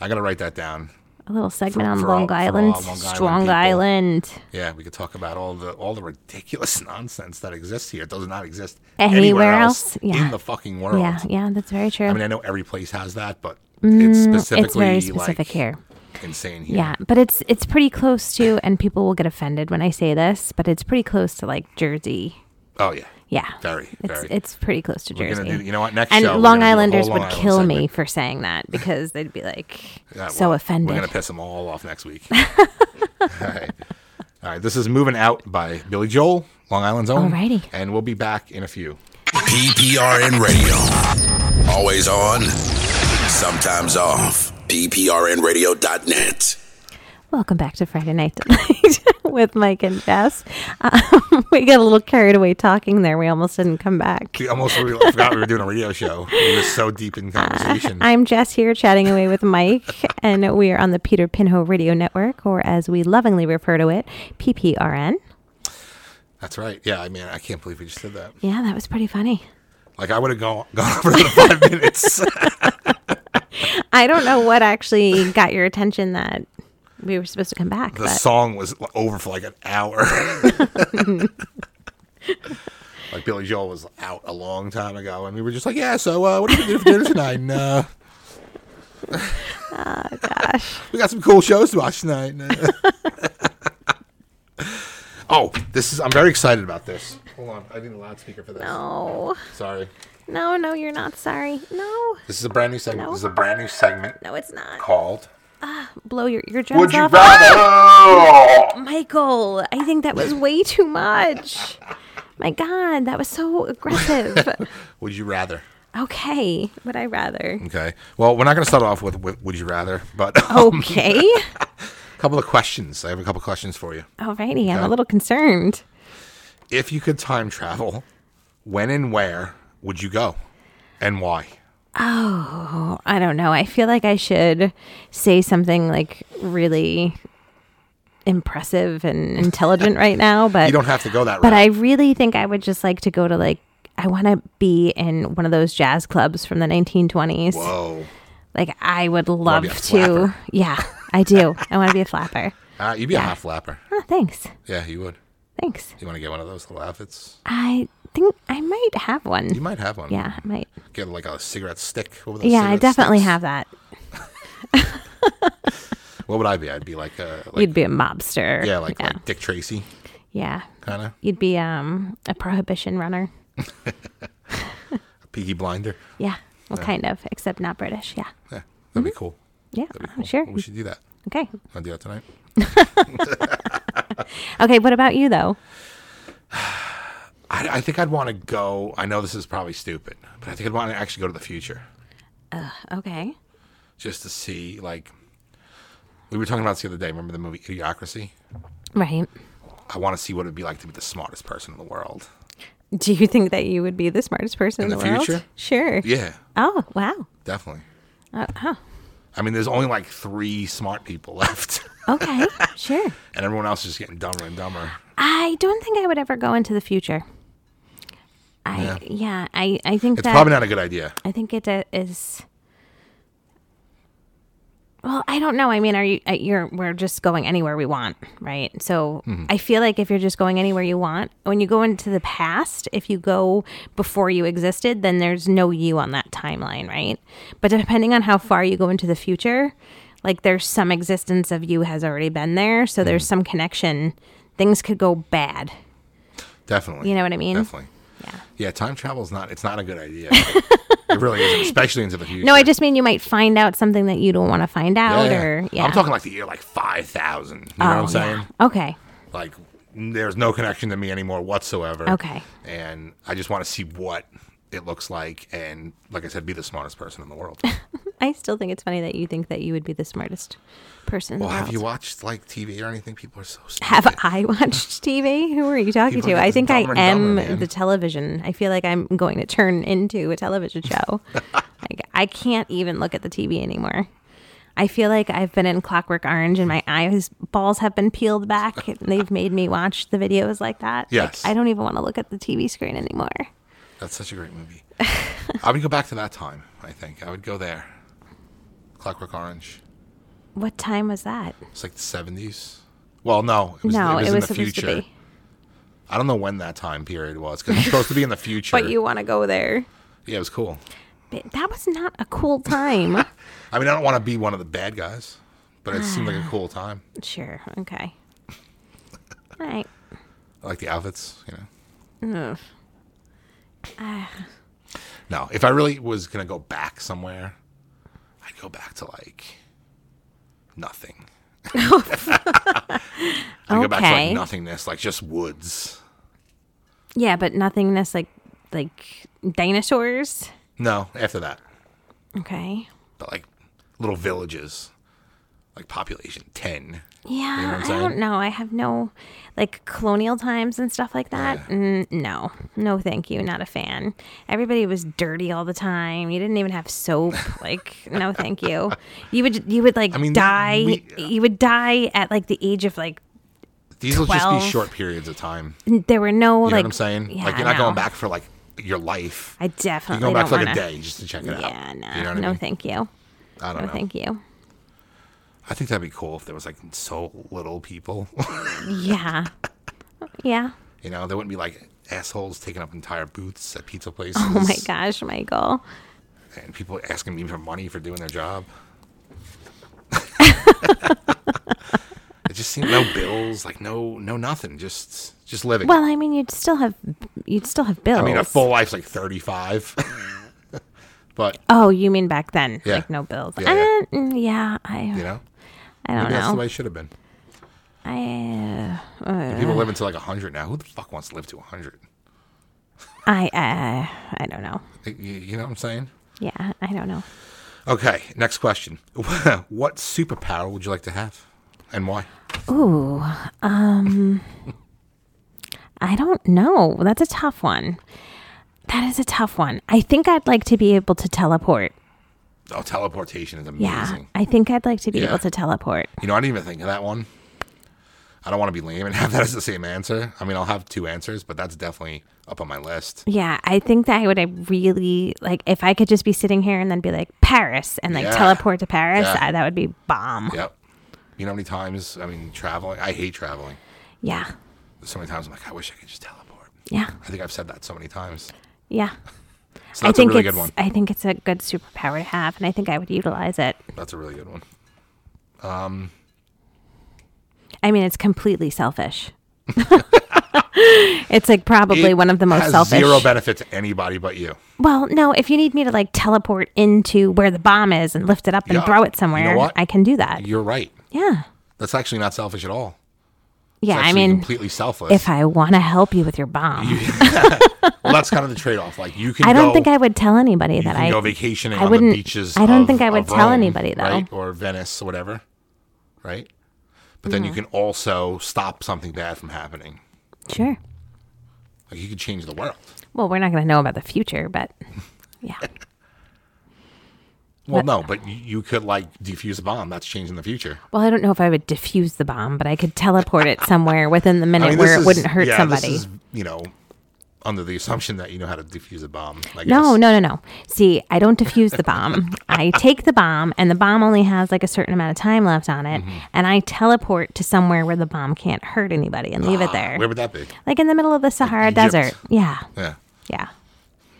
I gotta write that down. A little segment For- on for all- Long for all Island. Long Island Strong people. Island. Yeah, we could talk about all the all the ridiculous nonsense that exists here. It does not exist Anywhere else? Yeah. in the fucking world. Yeah. Yeah. That's very true. I mean, I know every place has that, but it's specifically it's very specific like, here. insane here. Yeah, but it's it's pretty close to, and people will get offended when I say this, but it's pretty close to like Jersey. Oh yeah. Yeah, Very, It's very. it's pretty close to We're Jersey. gonna do. You know what? Next and show, we're gonna Long do a whole Islanders Long would Island kill me segment. for saying that because they'd be like Yeah, so well, offended. We're gonna piss them all off next week. all right. All right. This is moving out by Billy Joel, Long Island's own. Alrighty. And we'll be back in a few. PPRN Radio. Always on, sometimes off. PPRNradio.net. Welcome back to Friday Night Delight with Mike and Jess. Um, we got a little carried away talking there. We almost didn't come back. We almost we forgot we were doing a radio show. We were so deep in conversation. I'm Jess here chatting away with Mike, and we are on the Peter Pinho Radio Network, or as we lovingly refer to it, PPRN. That's right. Yeah. I mean, I can't believe we just did that. Yeah, that was pretty funny. Like I would have gone gone over the five minutes. I don't know what actually got your attention that we were supposed to come back. The but song was l- over for like an hour. like Billy Joel was out a long time ago, and we were just like, "Yeah, so uh, what are we gonna do for dinner tonight?" And, uh, Oh, gosh, we got some cool shows to watch tonight. And, uh, oh, this is—I'm very excited about this. Hold on, I need a loudspeaker for this. no, Sorry, no, no, you're not sorry. No, this is a brand new segment. No. This is a brand new segment no, it's not. called Blow your eardrums "Would You off, Rather." Michael. I think that was way too much. My God, that was so aggressive. Would you rather? okay, would I rather? Okay. Well, we're not going to start off with, with "Would you rather," but Oh. Okay, couple of questions. I have a couple of questions for you. alrighty. I'm Okay. a little concerned. If you could time travel, when and where would you go and why? I don't know. I feel like I should say something like really impressive and intelligent right now, but You don't have to go that but route. I really think I would just like to go to like I want to be in one of those jazz clubs from the 1920s. Whoa. Like I would love be a to. flapper. Yeah, I do. I want to be a flapper. Uh, you'd be a half flapper. Oh, thanks. Yeah, you would. Thanks. You want to get one of those little outfits? I think I might have You one. might have one. Yeah, I might. Get like a cigarette stick. What were those Yeah, I cigarette definitely sticks? have that. What would I be? I'd be like a like, You'd be a mobster. yeah, like, yeah. like Dick Tracy yeah. kind of You'd be um a prohibition runner. Peaky Blinder. Yeah. Well, kind of, except not British. Yeah. Yeah, that'd be cool. Yeah. That'd be cool. Mm-hmm. Oh, Sure. We should do that. Okay. I'll do that tonight. Okay. What about you, though? I, I think I'd want to go. I know this is probably stupid, but I think I'd want to actually go to the future Okay. just to see. Like we were talking about this the other day. Remember the movie Idiocracy? Right. I want to see what it'd be like to be the smartest person in the world. Do you think that you would be the smartest person in, In the world? future? Sure. Yeah, Oh wow. definitely. Oh, oh. I mean, there's only like three smart people left, Okay. sure. and everyone else is just getting dumber and dumber. I don't think I would ever go into the future. I Yeah. yeah. I I think It's that probably not a good idea. I think it uh, is. Well, I don't know. I mean, are you? uh, You're. We're just going anywhere we want, right? So Mm-hmm. I feel like if you're just going anywhere you want, when you go into the past, if you go before you existed, then there's no you on that timeline, right? But depending on how far you go into the future, like there's some existence of you has already been there, so Mm-hmm. there's some connection. Things could go bad. Definitely. You know what I mean? Definitely. Yeah. Yeah, time travel's not it's not a good idea. it really isn't, especially into the future. No, I just mean you might find out something that you don't want to find Yeah, out, yeah. or yeah. Oh, I'm talking like the year like five thousand. You know what I'm saying? Okay. Like there's no connection to me anymore whatsoever. Okay. And I just want to see what it looks like and like I said, be the smartest person in the world. I still think it's funny that you think that you would be the smartest person. well, in the have you world. watched like TV or anything? People are so stupid. Have I watched TV? Who are you talking People to? get I think I dumber and am dumber, man. the television. I feel like I'm going to turn into a television show. like, I can't even look at the TV anymore. I feel like I've been in Clockwork Orange and my eyes balls have been peeled back. and They've made me watch the videos like that. Like, Yes. I don't even want to look at the TV screen anymore. That's such a great movie. I would go back to that time, I think. I would go there. Clockwork Orange. What time was that? It's like the seventies. Well, no, it was, no, it was in the supposed future. to be. I don't know when that time period was because it's supposed to be in the future. But you want to go there. yeah, it was cool. But that was not a cool time. I mean, I don't want to be one of the bad guys, but it seemed like a cool time. sure. Okay. All right. I like the outfits, you know. Ugh. No, if I really was gonna go back somewhere, I'd go back to like nothing. I'd go back to Okay. like nothingness, like just woods. Yeah, but nothingness like like dinosaurs. No, after that, Okay. but like little villages, like population ten. Yeah, know what I'm I saying? don't know. I have no like colonial times and stuff like that. Mm, no, no, thank you. Not a fan. Everybody was dirty all the time. You didn't even have soap. Like, no, thank you. You would you would like mean, die. we- you would die at like the age of like These will just be 12. short periods of time. there were no You like know what I'm saying? Yeah, like you're not no. going back for like your life. I you're definitely going back don't for like wanna. a day just to check it out. Yeah, no, You know what I no, mean? thank you. I don't No, know. thank you. I think that'd be cool if there was like so little people. Yeah, yeah. you know, there wouldn't be like assholes taking up entire booths at pizza places. Oh my gosh, Michael. And people asking me for money for doing their job. it just seemed no bills, like no no nothing, just just living. Well, I mean, you'd still have you'd still have bills. I mean, a full life's like 35. but Oh, you mean back then? Yeah. Like no bills? Yeah, I yeah. don't- mm, yeah, I you know, I don't maybe that's the know. way it should have been. I uh, uh, People live until like 100 now. Who the fuck wants to live to 100? I uh, I don't know. You- You know what I'm saying? Yeah, I don't know. Okay, next question. what superpower would you like to have and why? Ooh, um, I don't know. That's a tough one. That is a tough one. I think I'd like to be able to teleport. Oh, teleportation is amazing. Yeah. I think I'd like to be Yeah. able to teleport. You know, I didn't even think of that one. I don't want to be lame and have that as the same answer. I mean, I'll have two answers, but that's definitely up on my list. Yeah, I think that I would I really like if I could just be sitting here and then be like Paris and like Yeah. teleport to Paris, Yeah. I, that would be bomb. Yeah. Yep. You know how many times, I mean, traveling, I hate traveling. Yeah. There's so many times I'm like, I wish I could just teleport. Yeah. I think I've said that so many times. So I that's a think really it's good one. I think it's a good superpower to have and I think I would utilize it. That's a really good one. I mean, it's completely selfish. it's like probably It one of the most has selfish. Zero benefit to anybody but you. well, no, if you need me to like teleport into where the bomb is and lift it up and Yeah. throw You it know somewhere, what? I can do that. You're right. yeah. That's actually not selfish at all. It's Yeah, I actually mean, completely selfless. if I want to help you with your bomb, well, that's kind of the trade off. Like, you can I don't go- think I would tell anybody you that can I go vacationing I on wouldn't- the beaches. I don't of- think I would of tell Rome, anybody, though. right? or Venice, or whatever, right? But then you can also stop something bad from happening. sure. Like you could change the world. Well, we're not going to know about the future, but yeah, Well, no, but y- you could like defuse a bomb. That's changing the future. well, I don't know if I would defuse the bomb, but I could teleport it somewhere within the minute I mean, where this it is- wouldn't hurt yeah, somebody. This is, you know, under the assumption that you know how to defuse a bomb. I No, guess. no, no, no. See, I don't defuse the bomb. I take the bomb, and the bomb only has like a certain amount of time left on it, Mm-hmm. and I teleport to somewhere where the bomb can't hurt anybody and leave it there, Where would that be? like in the middle of the Sahara Ah, Egypt. Desert. Yeah, Yeah. yeah,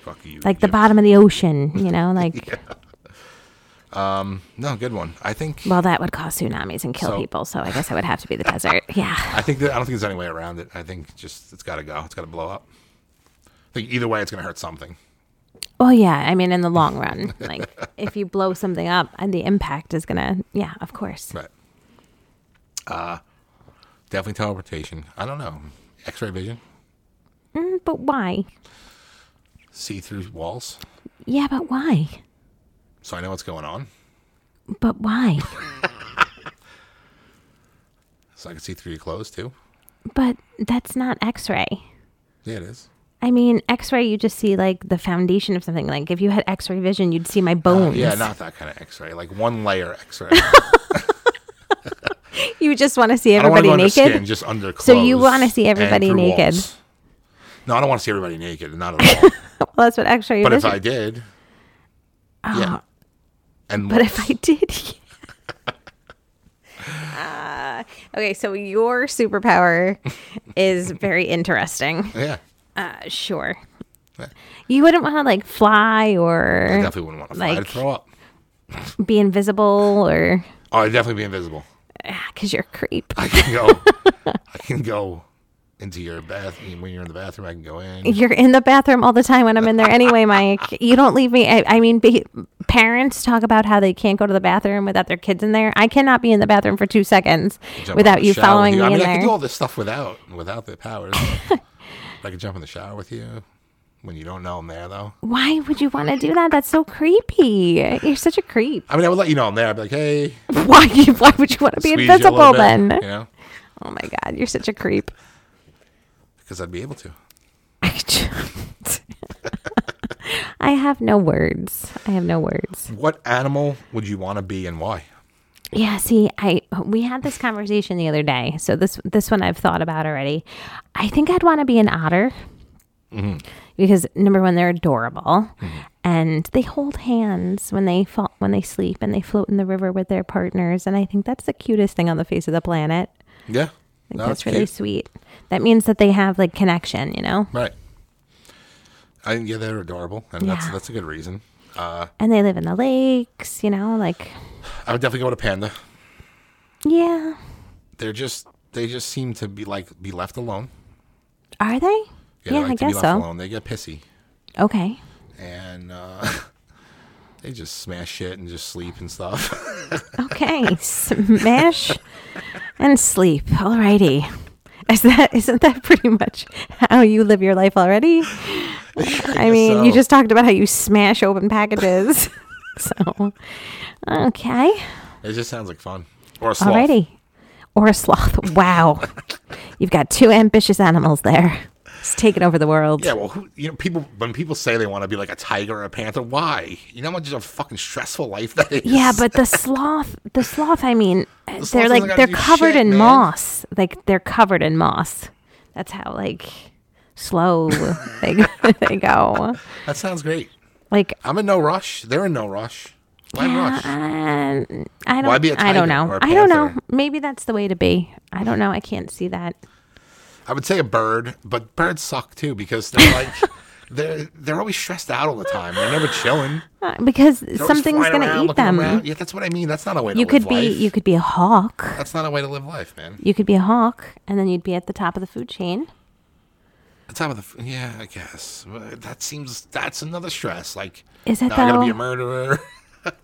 Fuck you. like the Egypt. bottom of the ocean. You know, like No, good one. I think. well, that would cause tsunamis and kill So- people. So I guess it would have to be the desert. Yeah, I think that I don't think there's any way around it. I think just it's got to go. It's got to blow up. I think either way, it's going to hurt something. Oh yeah, I mean, in the long run, like if you blow something up, and the impact is gonna, yeah, of course. Right. Uh, definitely teleportation. I don't know. X ray vision, Mm, But why? see through walls. Yeah, but why? So I know what's going on. But why? So I can see through your clothes too. But that's not x ray. Yeah, it is. I mean, x ray, you just see like the foundation of something. Like if you had x ray vision, you'd see my bones. Uh, Yeah, not that kind of x ray. Like one layer x ray. You just want to see I don't want to everybody go under naked. skin, just under clothes. So you wanna see and everybody through naked. walls. No, I don't want to see everybody naked. Not at all. Well, that's what x ray but if vision. I did. Yeah. And Ah. but if I did. Uh, okay, so your superpower is very interesting. yeah, Uh, sure. Yeah. You wouldn't want to like fly I or definitely wouldn't want to fly. Like- I'd throw up. be invisible or Oh, I'd definitely be invisible. because you're a creep. I can go. I can go into your bathroom when you're in the bathroom. I can go in. You're in the bathroom all the time when I'm in there anyway, Mike. You don't leave me. I, I mean, be, parents talk about how they can't go to the bathroom without their kids in there. I cannot be in the bathroom for two seconds jump in without the you shower with following you. me I mean, in I there. can do all this stuff without without the powers. I could jump in the shower with you when you don't know I'm there, though. Why would you want to do that? That's so creepy. You're such a creep. I mean, I would let you know I'm there. I'd be like, hey, Why? Why would you want to be squeeze you a invisible little bit, then? You know, Oh my god, you're such a creep. because I'd be able to. I just- I have no words. I have no words. What animal would you want to be and why? Yeah, see, I we had this conversation the other day. So this this one I've thought about already. I think I'd want to be an otter. Mm-hmm. Because number one, they're adorable, and they hold hands when they fall, when they sleep, and they float in the river with their partners. And I think that's the cutest thing on the face of the planet. Yeah, I think No, that's it's really cute. sweet. That means that they have like connection, you know, right. I yeah, they're adorable, and that's Yeah. that's a good reason. and they live in the lakes, you know, like I would definitely go with a panda. yeah, They're just they just seem to be like be left alone. are they? Yeah, they I like to be guess left so. alone. They get pissy. Okay. and uh, they just smash shit and just sleep and stuff. Okay, smash and sleep. Alrighty, is that isn't that pretty much how you live your life already? I mean, you so. just talked about how you smash open packages. so, okay, it just sounds like fun. Or a sloth. alrighty, or a sloth. Wow, you've got two ambitious animals there. It's taken over the world. Yeah, well, who, you know, people when people say they want to be like a tiger or a panther, why? You know how much of a fucking stressful life that is. Yeah, but the sloth, the sloth. I mean, sloth they're doesn't like gotta they're do covered shit, in man. moss. Like they're covered in moss. That's how like slow they, they go. that sounds great. Like I'm in no rush. They're in no rush. Why rush? uh, I don't. Why be a I don't tiger know. or a I don't know. panther? Maybe that's the way to be. I don't know. I can't see that. I would say a bird, but birds suck too because they're like they're they're always stressed out all the time. They're never chilling. Uh, Because They're always something's flying around, gonna eat looking them. around. Yeah, that's what I mean. That's not a way to You live could be. life. You could be a hawk. That's not a way to live life, man. You could be a hawk, and then you'd be at the top of the food chain. The top of the f- yeah, I guess But that seems that's another stress. Like Is it now I gotta be though? a murderer.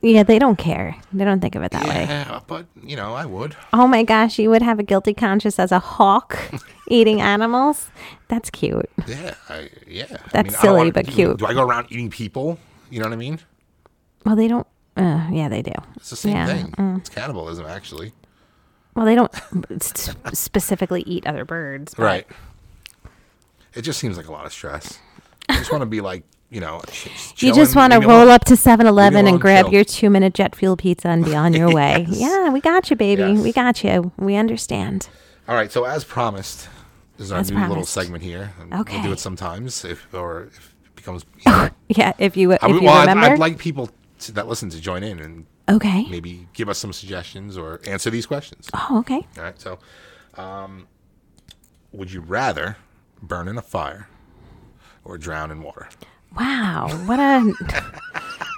Yeah, they don't care. They don't think of it that way. yeah, but you know I would. Oh my gosh, you would have a guilty conscience as a hawk eating animals. That's cute. Yeah, I, yeah. That's That's silly, but cute. Do I go around eating people? You know what I mean? Well, they don't. Uh, yeah, they do. It's the same Yeah, mm. thing. It's cannibalism, actually. Well, they don't s- specifically eat other birds. but- Right. It just seems like a lot of stress. I just want to be like, you know, ch- You just want to roll up to 7 Eleven and alone, grab chill. your two minute jet fuel pizza and be on your way. Yes. Yeah, we got you, baby. Yes. We got you. We understand. All right. So as promised, this is our As new little promised. segment here. and We'll Okay. do it sometimes, if or if it becomes. You know, Yeah, if you, if I would, you well, I'd, remember. I'd like people to, that listen to join in and okay. maybe give us some suggestions or answer these questions. Oh, okay. All right. So, um, would you rather burn in a fire or drown in water? Wow. What a.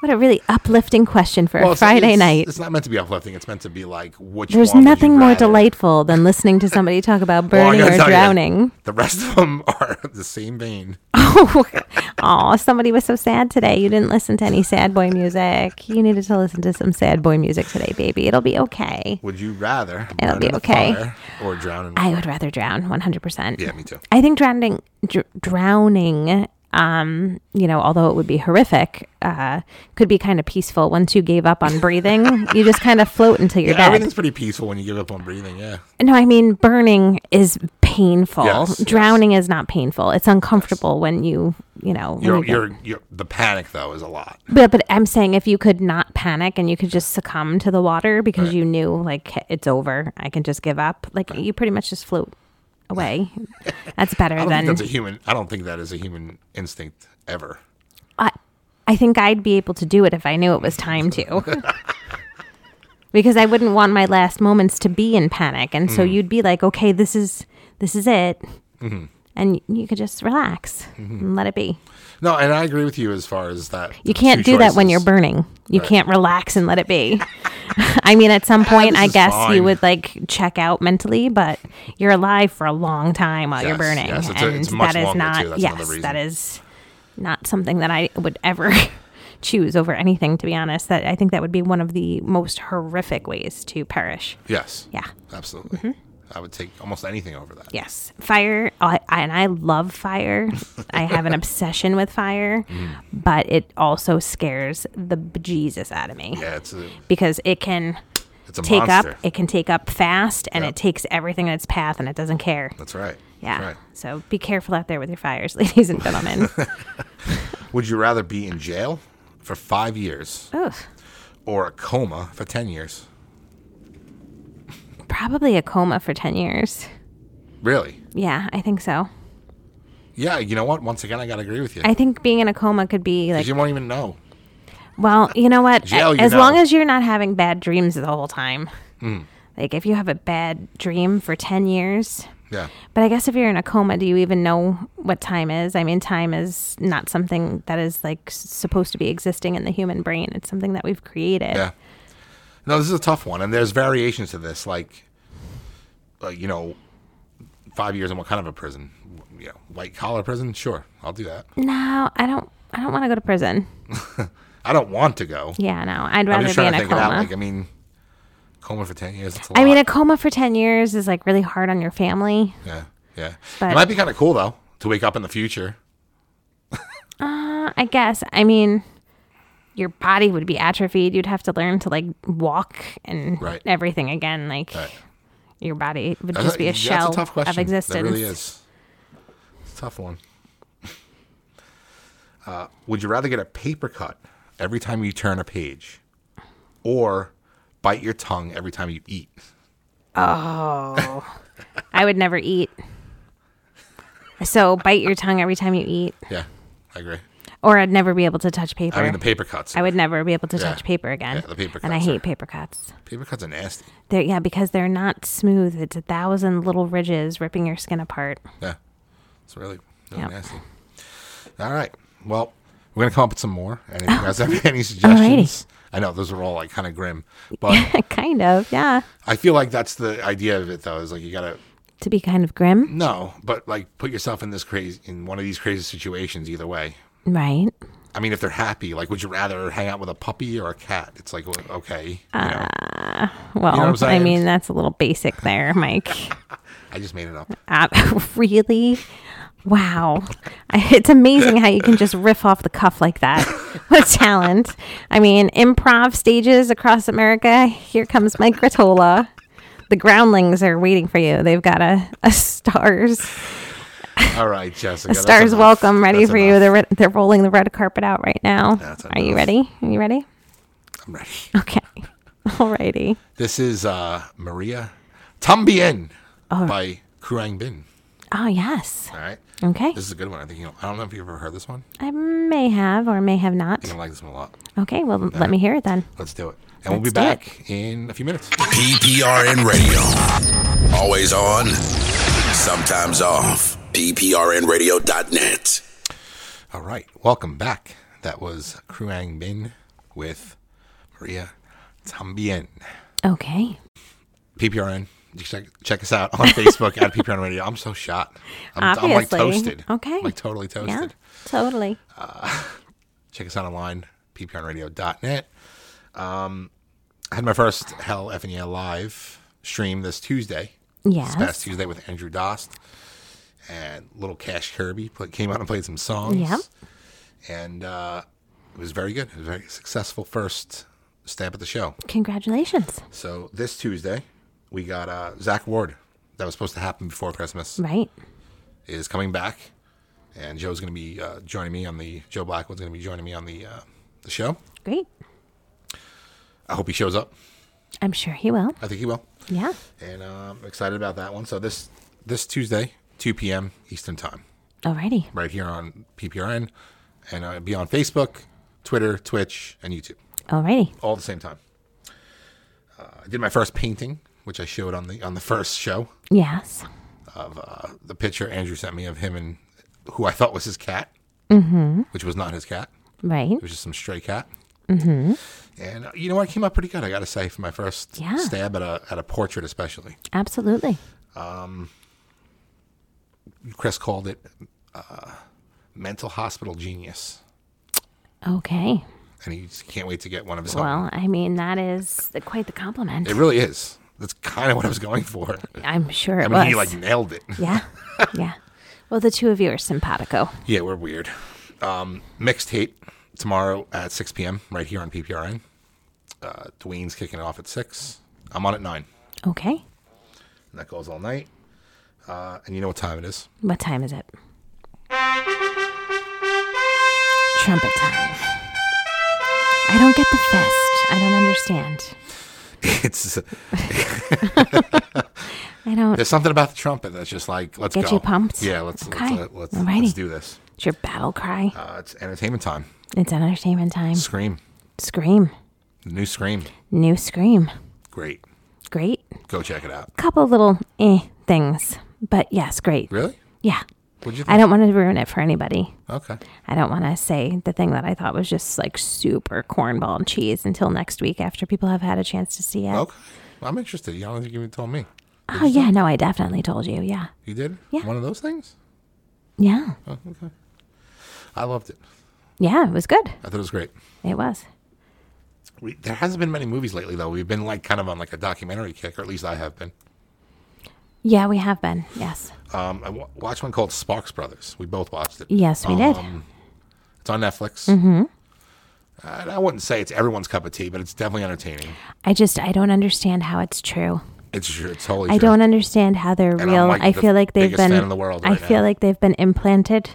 What a really uplifting question for a it's- Friday it's- night. It's not meant to be uplifting. It's meant to be like which. There's one would you nothing more rather? delightful than listening to somebody talk about Well, I burning gotta or tell you, drowning. the rest of them are the same vein. Oh, somebody was so sad today. You didn't listen to any sad boy music. You needed to listen to some sad boy music today, baby. It'll be okay. Would you rather It'll burn be in a okay. fire or drown in? I would rather drown 100%. yeah, me too. I think drowning, dr- drowning, um, you know, although it would be horrific, uh, could be kind of peaceful once you gave up on breathing. you just kind of float until you're Yeah, dead. everything's pretty peaceful when you give up on breathing. Yeah, No, I mean burning is painful. Yes, yes. Drowning is not painful. It's uncomfortable when you, you know, when you're, you get- you're, you're the panic though is a lot. But, but I'm saying if you could not panic and you could just succumb to the water because you knew like it's over, I can just give up. Like you pretty much just float away. That's better I don't than think that's a human. I don't think that is a human instinct ever. I, I think I'd be able to do it if I knew it was time to. because I wouldn't want my last moments to be in panic, and so you'd be like, "Okay, this is this is it," and you could just relax and let it be. No, and I agree with you as far as that. You can't do that when you're burning. You can't relax and let it be. I mean, at some point, this I is guess you fine. would like check out mentally, but you're alive for a long time while you're Yes, burning, yes, it's a- and it's much that is longer, not. too. That's another yes, reason. that is not something that I would ever choose over anything. To be honest, that I think that would be one of the most horrific ways to perish. Yes. Yeah. Mm-hmm. Absolutely. I would take almost anything over that. Yes, fire, I, I- and I love fire. I have an obsession with fire, Mm. but it also scares the bejesus out of me Yeah, it's a because it can it's a take monster. up. It can take up fast, and Yep. it takes everything in its path, and it doesn't care. That's right. That's Yeah. right. So be careful out there with your fires, ladies and gentlemen. Would you rather be in jail for five years Oof. or a coma for ten years? Probably a coma for ten years. Really? Yeah, I think so. Yeah. You know what? Once again, I gotta agree with you. I think being in a coma could be like, 'Cause you won't even know. well, you know what? Jail, you as know. Hmm. long as you're not having bad dreams the whole time. Like if you have a bad dream for ten years, Yeah. But I guess if you're in a coma, do you even know what time is? I mean, time is not something that is like s- supposed to be existing in the human brain. It's something that we've created. Yeah. No, this is a tough one, and there's variations to this. Like, like you know, five years in what kind of a prison? You know, white collar prison. Sure, I'll do that. No, I don't. I don't want to go to prison. I don't want to go. Yeah, no. I'd I'm rather just be trying in to a think it out. coma. Like, I mean, coma for ten years. It's a lot. I mean, a coma for ten years is like really hard on your family. yeah, yeah. but- it might be kind of cool though to wake up in the future. Uh, I guess. I mean, your body would be atrophied. You'd have to learn to like walk and Right. everything again. Like Right. your body would That's just be a that's shell tough question. of existence. That really is. a tough one. Uh, would you rather get a paper cut every time you turn a page, or bite your tongue every time you eat? I would never eat. So bite your tongue every time you eat, Yeah, I agree. or I'd never be able to touch paper. I mean, the paper cuts. I would never be able to Yeah. touch paper again. Yeah, the paper and I cuts hate are- paper cuts. paper cuts are nasty. They're, yeah, because they're not smooth. It's a thousand little ridges ripping your skin apart. Yeah, it's really, really Yep. nasty. All right. Well, we're gonna come up with some more. And if you guys have any suggestions, I know those are all like kind of grim, but kind of, yeah. I feel like that's the idea of it though. Is like you gotta To be kind of grim, no, but like put yourself in this crazy in one of these crazy situations either way. right? I mean, if they're happy, like, would you rather hang out with a puppy or a cat? It's like, well, okay, you know, Uh, Well, what I'm I saying? mean that's a little basic there, Mike. I just made it up. Uh, really? Wow. I, it's amazing how you can just riff off the cuff like that. What talent. I mean, improv stages across America. Here comes Mike Gratola. The groundlings are waiting for you. They've got a, a stars All right, Jessica. a that's stars enough. welcome ready That's for enough. you. They're re- they're rolling the red carpet out right now. That's are you enough. ready? Are you ready? I'm ready. Okay. Alrighty. This is uh, Maria Tambien by Kurang Bin. Oh yes. All right. Okay. This is a good one. I think you know, I don't know if you've ever heard this one. I I may have or may have think not. I like this one a lot. Okay. Well, let me hear it then. Let's do it. And we'll be Let's do back in a few minutes. PPRN Radio. Always on, sometimes off. PPRNradio.net. All right. Welcome back. That was Kruang Bin with Maria Tambien. Okay. PPRN. You can check, check us out on Facebook at PPRN Radio. I'm so shot. I'm, I'm like Obviously. toasted. Okay. like totally toasted. Yeah. Totally. Check us out online, pprnradio.net. Um, I had my first Hell FNEL live stream this Tuesday. Yes. this past Tuesday with Andrew Dost and little Cash Kirby play, came out and played some songs. Yep. And uh, it was very good. It was a very successful first stab at the show. Congratulations. So this Tuesday, we got uh, Zach Ward. That was supposed to happen before Christmas. Right. Is coming back, and Joe's going to be uh, joining me on the Joe Blackwood's going to be joining me on the uh, the show. Great. I hope he shows up. I'm sure he will. I think he will. Yeah. And uh, I'm excited about that one. So this this Tuesday, 2 p.m. Eastern time. Alrighty. right here on PPRN, and uh, it'll be on Facebook, Twitter, Twitch, and YouTube, Alrighty. all at the same time. Uh, I did my first painting, which I showed on the on the first show Yes. of uh, the picture Andrew sent me of him and who I thought was his cat, mm-hmm. which was not his cat. Right. It was just some stray cat. Mm-hmm. And uh, you know what? It came out pretty good. I got to say, for my first Yeah. stab at a at a portrait, especially. Absolutely. Chris called it uh, mental hospital genius, Okay. and he just can't wait to get one of his own. Well, I mean that is quite the compliment. Oh. It really is. That's kind of what I was going for. I'm sure I it mean, was. he like nailed it. Yeah. Yeah. Well, the two of you are simpatico. Yeah, we're weird. Um, mixtape tomorrow at 6 p.m. right here on PPRN. Uh, Dwayne's kicking it off at 6. I'm on at 9. Okay. And that goes all night. Uh, and you know what time it is? What time is it? Trumpet time. I don't get the fest. I don't understand. It's I don't. There's something about the trumpet that's just like, let's Get go. you pumped? Yeah, let's, let's, Okay. uh, let's, Alrighty. let's do this. It's your battle cry. Uh, it's entertainment time. It's entertainment time. Scream. Scream. The new Scream. New scream. Great. Great. Go check it out. Couple little eh things, but yes, great. Really? Yeah. What'd you think? I don't want to ruin it for anybody. Okay. I don't want to say the thing that I thought was just like super cornball and cheese until next week after people have had a chance to see it. Okay. Well, I'm interested. You don't think you even told me. Oh, yeah. No, I definitely told you. Yeah. You did? Yeah. One of those things? Yeah. Oh, okay. I loved it. Yeah. It was good. I thought it was great. It was. We, there hasn't been many movies lately, though. We've been like kind of on like a documentary kick, or at least I have been. Yeah, we have been. Yes. Um, I w- watched one called Sparks Brothers. We both watched it. Yes, we did. Um, It's on Netflix. Mm-hmm. I wouldn't say it's everyone's cup of tea, but it's definitely entertaining. I just I don't understand how it's true. It's true. It's totally I true. don't understand how they're I'm, real. like, I the feel like they've biggest been. fan in the world I right feel now. like they've been implanted.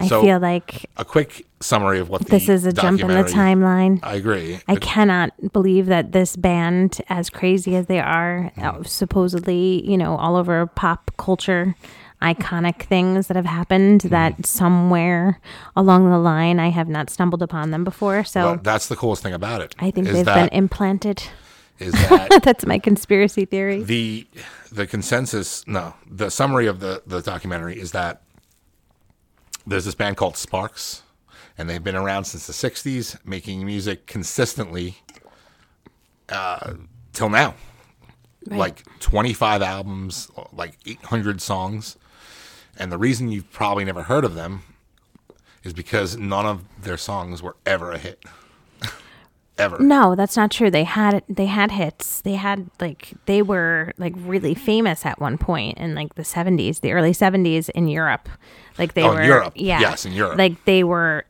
I So- feel like A quick summary of what this the is a jump in the documentary- uh, timeline. I agree. I cannot believe that this band, as crazy as they are, Mm-hmm. uh, supposedly, you know, all over pop culture, iconic things that have happened, Mm-hmm. that somewhere along the line I have not stumbled upon them before. So But that's the coolest thing about it. I think is they've that, been implanted. is that That's my conspiracy theory. the the consensus no the summary of the the documentary is that there's this band called Sparks and they've been around since the 60s making music consistently uh till now like 25 albums like 800 songs and the reason you've probably never heard of them is because none of their songs were ever a hit ever No, that's not true. They had they had hits. They had like they were like really famous at one point in like the seventies, the early seventies in Europe. Like they Oh, in were Europe. Yeah, Yes, in Europe. Like they were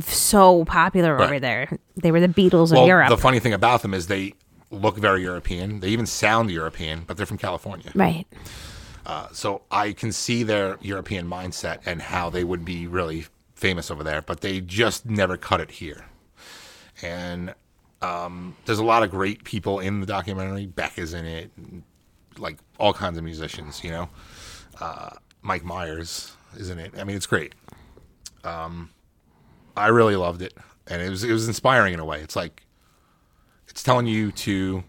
so popular over Right. there. They were the Beatles Well, of Europe. the funny thing about them is they look very European. They even sound European, but they're from California. right. So I can see their European mindset and how they would be really famous over there, but they just never cut it here. And um, there's a lot of great people in the documentary. Beck is in it, and, like all kinds of musicians, you know. Uh, Mike Myers is in it. I mean, it's great. Um, I really loved it, and it was it was inspiring in a way. It's like it's telling you to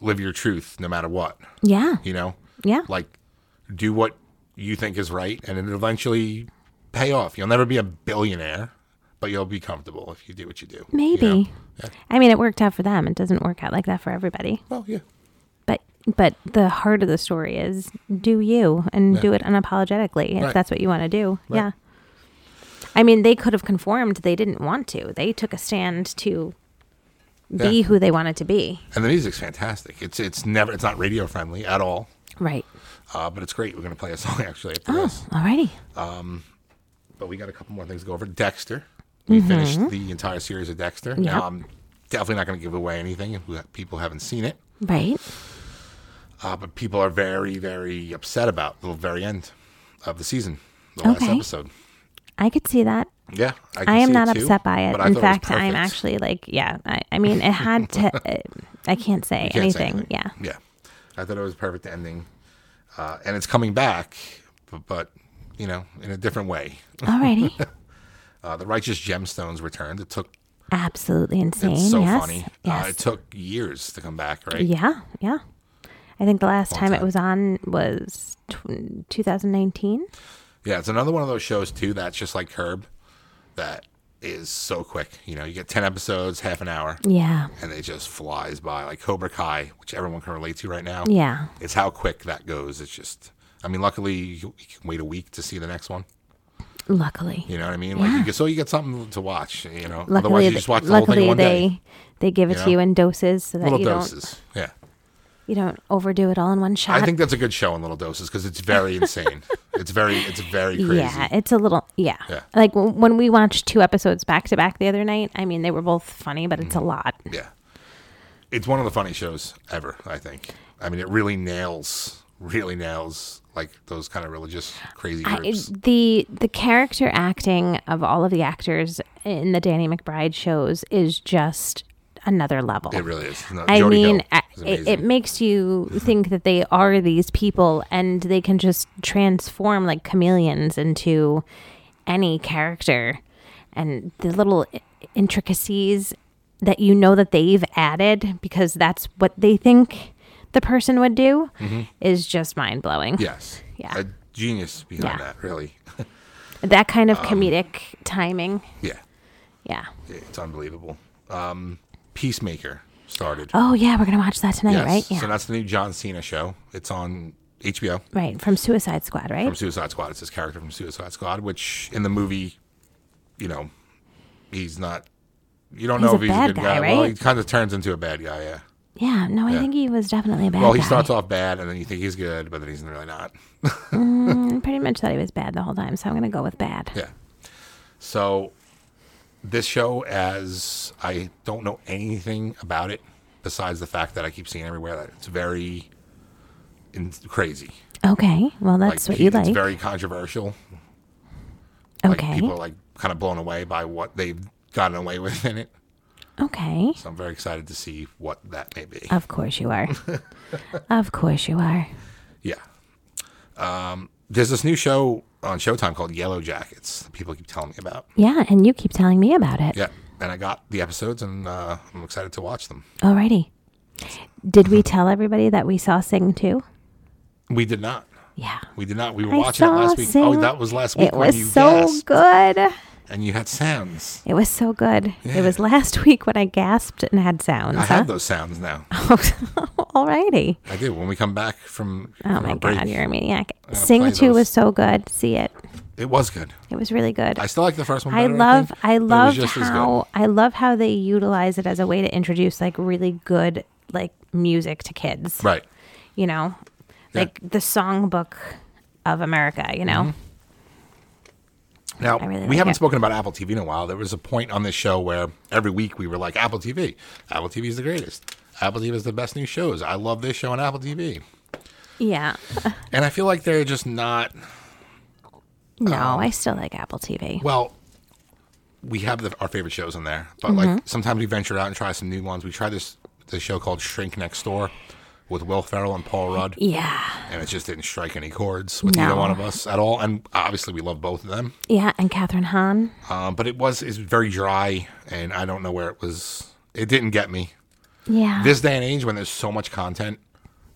live your truth no matter what Yeah. you know Yeah. like do what you think is right and it'll eventually pay off you'll never be a billionaire but you'll be comfortable if you do what you do you Maybe. know? Yeah. I mean, it worked out for them. It doesn't work out like that for everybody. well yeah But but the heart of the story is do you and do it unapologetically if Right. that's what you want to do. Yeah. I mean, they could have conformed. They didn't want to. They took a stand to be Yeah. who they wanted to be. and the music's fantastic it's it's never it's not radio friendly at all Right. uh, but it's great we're gonna play a song actually after Oh. this Alrighty. but we got a couple more things to go over dexter we finished the entire series of dexter Mm-hmm. Yep. now i'm definitely not gonna give away anything if we- people haven't seen it Right. uh, but people are very very upset about the very end of the season the last Okay. episode I could see that. Yeah, I, can I am see not too, upset by it. but I In thought was fact, I'm perfect. actually like, yeah. I, I mean, it had to. uh, I can't say, Can't say anything. Yeah. yeah. I thought it was a perfect ending, uh, and it's coming back, but, but you know, in a different way. Alrighty. Uh, the Righteous Gemstones returned. It took Absolutely insane. it's so yes. funny. Yes. Uh, it took years to come back, right? Yeah, yeah. I think the last time, it time. was on was tw 2019. Yeah, it's another one of those shows too that's just like Curb, that is so quick. You know, you get ten episodes, half an hour, Yeah, and it just flies by. Like Cobra Kai, which everyone can relate to right now. yeah, It's how quick that goes. It's just, I mean, luckily you, you can wait a week to see the next one. luckily. You know what I mean? Like, you get, so you get something to watch. You know, Luckily, otherwise you th- just watch the whole luckily thing in one they day. they give it you to know? you in doses so that Little you doses. Yeah, don't you don't overdo it all in one shot. I think that's a good show in little doses because it's very insane. it's very, it's very crazy. yeah, it's a little yeah. Yeah. Like w- when we watched two episodes back to back the other night, I mean they were both funny, but it's Mm. a lot. Yeah. It's one of the funniest shows ever. I think. I mean, it really nails, really nails like those kind of religious crazy I- groups. the the character acting of all of the actors in the Danny McBride shows is just another level. it really is. No, I Jody mean, Hill I- is it, it amazing. makes you think that they are these people and they can just transform like chameleons into any character. And the little i- intricacies that you know that they've added because that's what they think the person would do Mm-hmm. is just mind blowing. yes. Yeah. A genius behind Yeah. that, really. That kind Um, of comedic timing. yeah. Yeah. It's unbelievable. Um, Peacemaker started. Oh, yeah. We're going to watch that tonight, Yes. right? Yeah. So that's the new John Cena show. It's on HBO right. From Suicide Squad, right? from Suicide Squad. It's his character from Suicide Squad, which in the movie, you know, he's not. You don't He's know a if he's bad a good guy, guy. Well, right? he kind of turns into a bad guy. Yeah. yeah. No, I think he was definitely a bad Well, he guy. starts off bad, and then you think he's good, but then he's really not. I pretty much thought he was bad the whole time, so I'm gonna go with bad. Yeah. So this show, as I don't know anything about it, besides the fact that I keep seeing everywhere that it's very in- crazy. Okay. Well, that's what pe- you It's like. very controversial. Like okay. people are like kind of blown away by what they've gotten away with in it. okay. So I'm very excited to see what that may be. Of course you are. of course you are. Yeah. Um, there's this new show on Showtime called Yellow Jackets that people keep telling me about. Yeah, and you keep telling me about it. Yeah. And I got the episodes and uh, I'm excited to watch them. Alrighty. Did we tell everybody that we saw Sing too? We did not. Yeah. We did not. We were I watching it saw last week. Sing. Oh, that was last week It when was you so guessed good. and you had sounds. It was so good. It was last week when I gasped and had sounds. I huh? have those sounds now. Alrighty. I do. When we come back from, Oh from my our break, god, you're a maniac. gonna Sing play two those. was so good. See it. it was good. It was really good. I still like the first one. I Better, love think, but I it was love just as good. how I love how they utilize it as a way to introduce like really good like music to kids. Right. You know? Yeah. Like the songbook of America, you know? Now, I really we like haven't it. spoken about Apple TV in a while. There was a point on this show where every week we were like, Apple TV, Apple TV is the greatest. Apple TV is the best new shows. I love this show on Apple TV. Mm-hmm. Yeah. And I feel like they're just not, No, Um, I still like Apple TV. well, we have the, our favorite shows in there, but Mm-hmm. like sometimes we venture out and try some new ones. We tried this, this show called Shrink Next Door with Will Ferrell and Paul Rudd, Yeah. and it just didn't strike any chords with either No. one of us at all. And obviously, we love both of them. Yeah, and Catherine Hahn. Um, but it was is very dry, and I don't know where it was. It didn't get me. Yeah. This day and age, when there's so much content,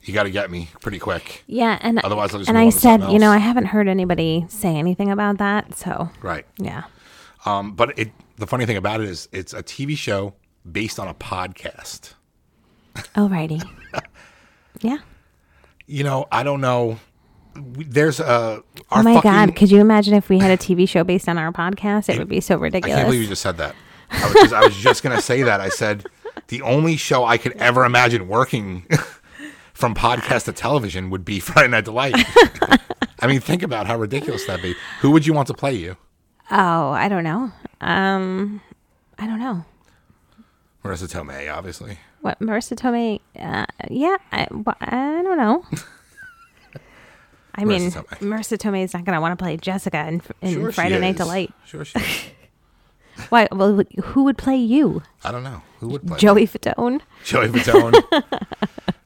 you got to get me pretty quick. yeah, and Otherwise, I'll just and move I on to said, something you know, else. I haven't heard anybody say anything about that, so Right. yeah. Um, but it the funny thing about it is it's a TV show based on a podcast. Alrighty. Oh, yeah. You know, I don't know. We- There's a our Oh my fucking, God! Could you imagine if we had a TV show based on our podcast? It would be so I can't believe you ridiculous. just said that. I was just, I was just gonna say that. I said the only show I could ever imagine working from podcast to television would be Friday Night Delight. I mean, think about how ridiculous that'd be. Who would you want to play you? Oh, I don't know. Um, I don't know. Marissa Tomei, obviously. What Marissa Tomei? Uh, yeah, I, wh- I don't know. I mean, Tomei. Marissa Tomei is not going to want to play Jessica in, in Sure she Friday Night is. Delight. Sure she is. Why? Well, who would play you, I don't know. Who would play me? Joey Fatone? Joey Fatone.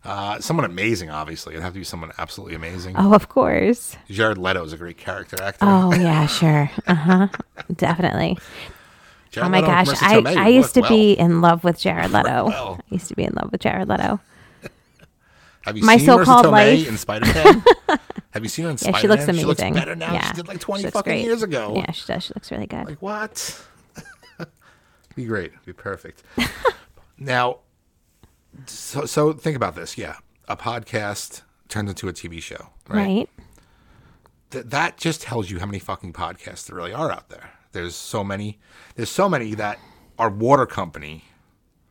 uh, someone amazing, obviously. It'd have to be someone absolutely amazing. Oh, of course. Jared Leto is a great character actor. Oh yeah, sure. Uh huh. Definitely. Jared Oh my Leto and gosh, Marissa I, Tomei I would used to work be in love with Jared Leto. well. I used to be in love with Jared Leto. Have you my seen Marissa so-called Tomei life. in Spider Man? Have you seen her in Yeah, Spider Man? she looks amazing. She looks better now. than Yeah, She did like 20 looks fucking great. years ago. Yeah, she does. She looks really good. Like, what? be great. Be perfect. now, so, so think about this. Yeah. A podcast turns into a TV show, right. right? Th- that just tells you how many fucking podcasts there really are out there. There's so many. There's so many that our water company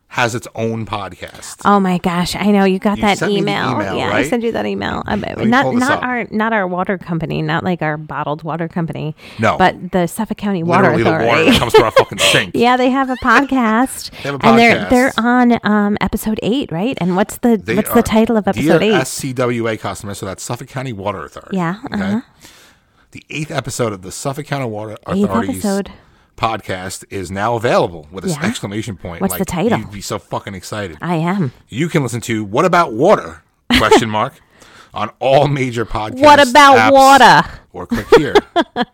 has its own podcast. Oh my gosh, I know you got You that sent me the email. email, Yeah, I right? sent you that email. Um, me not pull this not up. our not our water company, not like our bottled water company. No. but the Suffolk County Water Literally, the water Authority. that comes through our fucking sink. yeah, they have a podcast. They have a And they're they're podcast. on um, episode eight, right? And what's the They what's are the title of episode dear eight? SCWA customer, so that's Suffolk County Water Authority. Yeah, uh-huh. The eighth episode of the Suffolk County Water Authority's episode. podcast is now available with an Yeah. exclamation point. What's like, the title? You'd be so fucking excited. I am. You can listen to "What About Water?" question mark on all major podcasts. What about water? Or click here.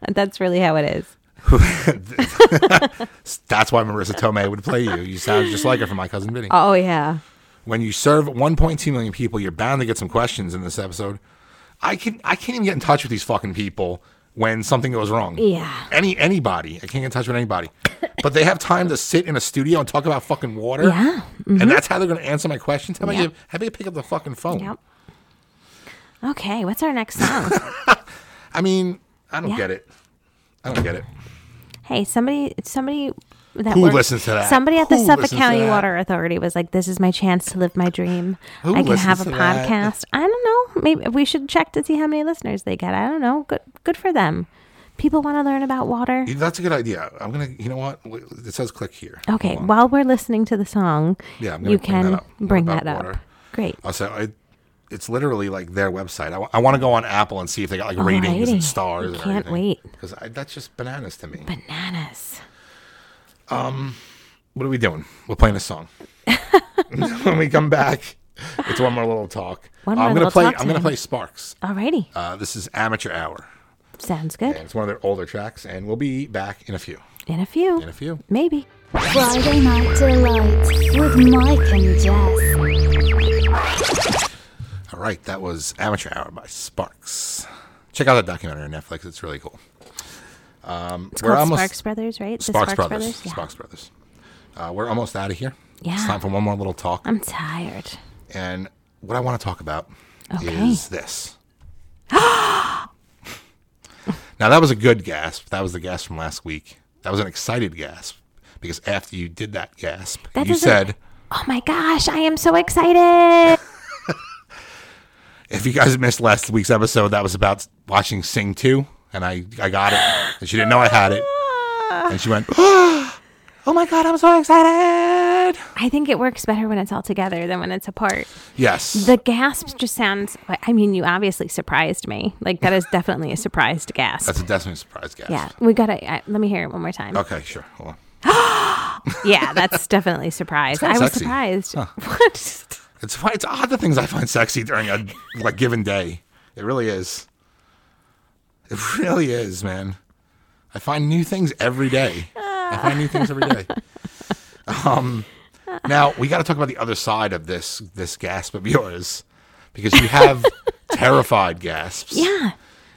That's really how it is. That's why Marissa Tomei would play you. You sound just like her from My Cousin Vinny. Oh yeah. when you serve 1.2 million people, you're bound to get some questions in this episode. I can I can't even get in touch with these fucking people when something goes wrong. Yeah. Any anybody, I can't get in touch with anybody. but they have time to sit in a studio and talk about fucking water. Yeah, Mm-hmm. And that's how they're going to answer my questions. How about Yeah. you? How about you pick up the fucking phone? Yep. Okay, what's our next song? I mean, I don't Yeah. get it. I don't get it. hey, somebody, somebody that Who works- listens to that? Somebody at the Who Suffolk listens to County that? Water Authority was like, "This is my chance to live my dream. Who I can have a listens to that? podcast." I don't know. Maybe we should check to see how many listeners they get. I don't know. Good, good for them. people want to learn about water, That's a good idea. I'm gonna. You know what? W- It says click here. okay, while we're listening to the song, Yeah, I'm gonna you bring that can up. What bring about that up. water? Uh, Great. Also, I, it's literally like their website. I want to go on Apple and see if they got like ratings Alrighty. and stars. Can't wait. because that's just bananas to me. Bananas. what are we doing? We're playing a song. when we come back, it's one more little talk. Uh, One I'm more gonna little play. talk I'm gonna time. play Sparks. Alrighty. Uh, this is Amateur Hour, Sounds good. and it's one of their older tracks. And we'll be back in a few. In a few. In a few. Maybe. Friday Night Delight with Mike and Jess. All right, that was Amateur Hour by Sparks. Check out that documentary on Netflix. It's really cool. Um, It's called Sparks Brothers, right? The Sparks Brothers. Yeah. Sparks Brothers. Uh, we're almost out of here. It's Yeah. Um, time for one more little talk. I'm tired. and what I want to talk about Okay. is this. now, that was a good gasp. That was the gasp from last week. That was an excited gasp because after you did that gasp, That you doesn't- said, Oh my gosh, I am so excited. if you guys missed last week's episode, that was about watching Sing 2, and I, I got it. And she didn't know I had it. And she went, oh my God, I'm so excited. I think it works better when it's all together than when it's apart. Yes. The gasp just sounds I mean, you obviously surprised me. Like that is definitely a surprised gasp. That's a definitely surprise gasp. yeah, we gotta uh, let me hear it one more time. Okay, sure. Hold on. Yeah, that's definitely surprised. I kinda was sexy. surprised. What? It's fi- it's odd the things I find sexy during a like given day. It really is. It really is, man. I find new things every day. I find new things every day. Um, now we got to talk about the other side of this this gasp of yours, because you have terrified gasps. Yeah.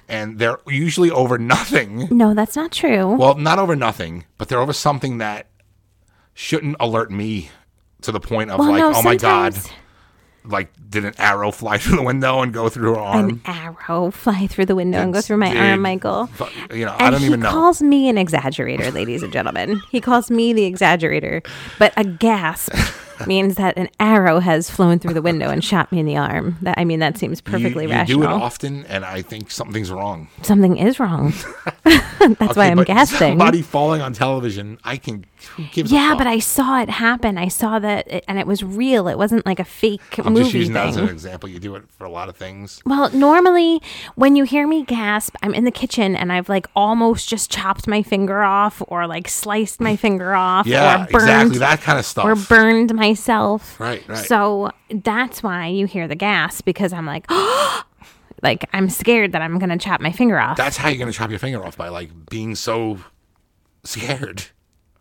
and they're usually over nothing. No, that's not true. Well, not over nothing, but they're over something that shouldn't alert me to the point of Well, like, no, oh my god, sometimes- like did an arrow fly through the window and go through her An arm? arrow fly through the window and go Um, It's- through my dude, arm, Michael. fu- You know, And I don't he even know. calls me an exaggerator, ladies and gentlemen. He calls me the exaggerator, but a gasp means that an arrow has flown through the window and shot me in the arm. That I mean, that seems You- perfectly you, rational. do it often, and I think something's wrong. Something is wrong. That's why Okay, I'm but gasping. Somebody falling on television. I can. Who gives a Yeah, but fuck? I saw it happen. I saw that, it, and it was real. It wasn't like a fake I'm movie just using that thing. as an example. You do it for a lot of things. Well, normally when you hear me gasp, I'm in the kitchen and I've like almost just chopped my finger off or like sliced my finger off Yeah, or burned exactly. That kind of stuff. or burned myself. Right, right. So that's why you hear the gasp because I'm like like I'm scared that I'm going to chop my finger off. That's how you're gonna chop your finger off by like being so scared.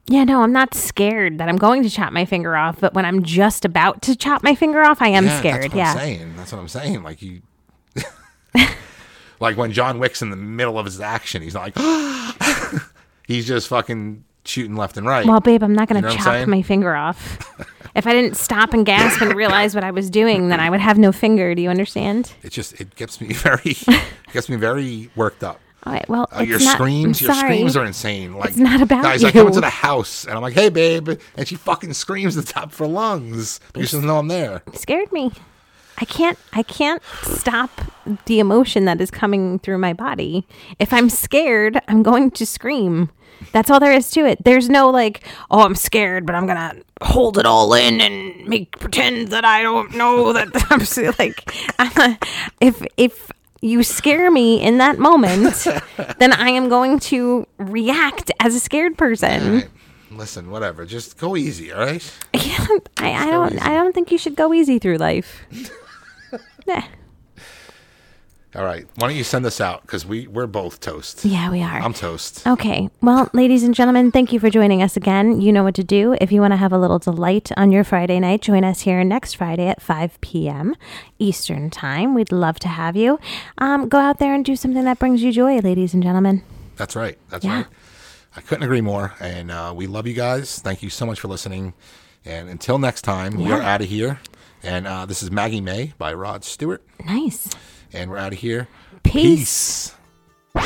yeah, no, I'm not scared that I'm going to chop my finger off, but when I'm just about to chop my finger off, I am yeah, scared. That's what yeah. I'm saying. That's what I'm saying. Like you, like when John Wick's in the middle of his action, he's not like, he's just fucking shooting left and right. Well, babe, I'm not going know to what I'm chop saying? my finger off. if I didn't stop and gasp and realize what I was doing, then I would have no finger. Do you understand? it just it gets me very it gets me very worked up. All right. Well, Uh, your it's not, screams, I'm your sorry. screams are insane. Like not about guys, I come you. into the house and I'm like, "Hey, babe," and she fucking screams at the top of her lungs because she doesn't know I'm there. scared me. I can't. I can't stop the emotion that is coming through my body. If I'm scared, I'm going to scream. That's all there is to it. There's no like, oh, I'm scared, but I'm gonna hold it all in and make pretend that I don't know that I'm s- like, I'm a, if if you scare me in that moment, then I am going to react as a scared person. Right. Listen, whatever. Just go easy, all right? I can't. I, I don't. easy. I don't think you should go easy through life. Nah. All right. Why don't you send us out because we we're both toast. Yeah, we are. I'm toast. Okay. Well, ladies and gentlemen, thank you for joining us again. You know what to do. If you want to have a little delight on your Friday night, join us here next Friday at 5 p.m. Eastern Time. We'd love to have you. Um, go out there and do something that brings you joy, ladies and gentlemen. That's right. That's Yeah. right. I couldn't agree more. And uh, we love you guys. Thank you so much for listening. And until next time, we are Yeah. out of here. And uh, this is Maggie May by Rod Stewart. Nice. And we're out of here. Peace. Peace.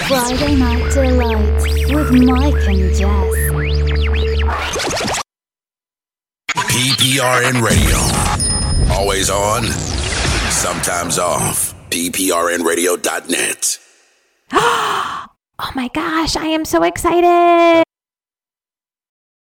Friday Night Delight with Mike and Jess. PPRN Radio. Always on, sometimes off. PPRNradio.net. oh my gosh, I am so excited.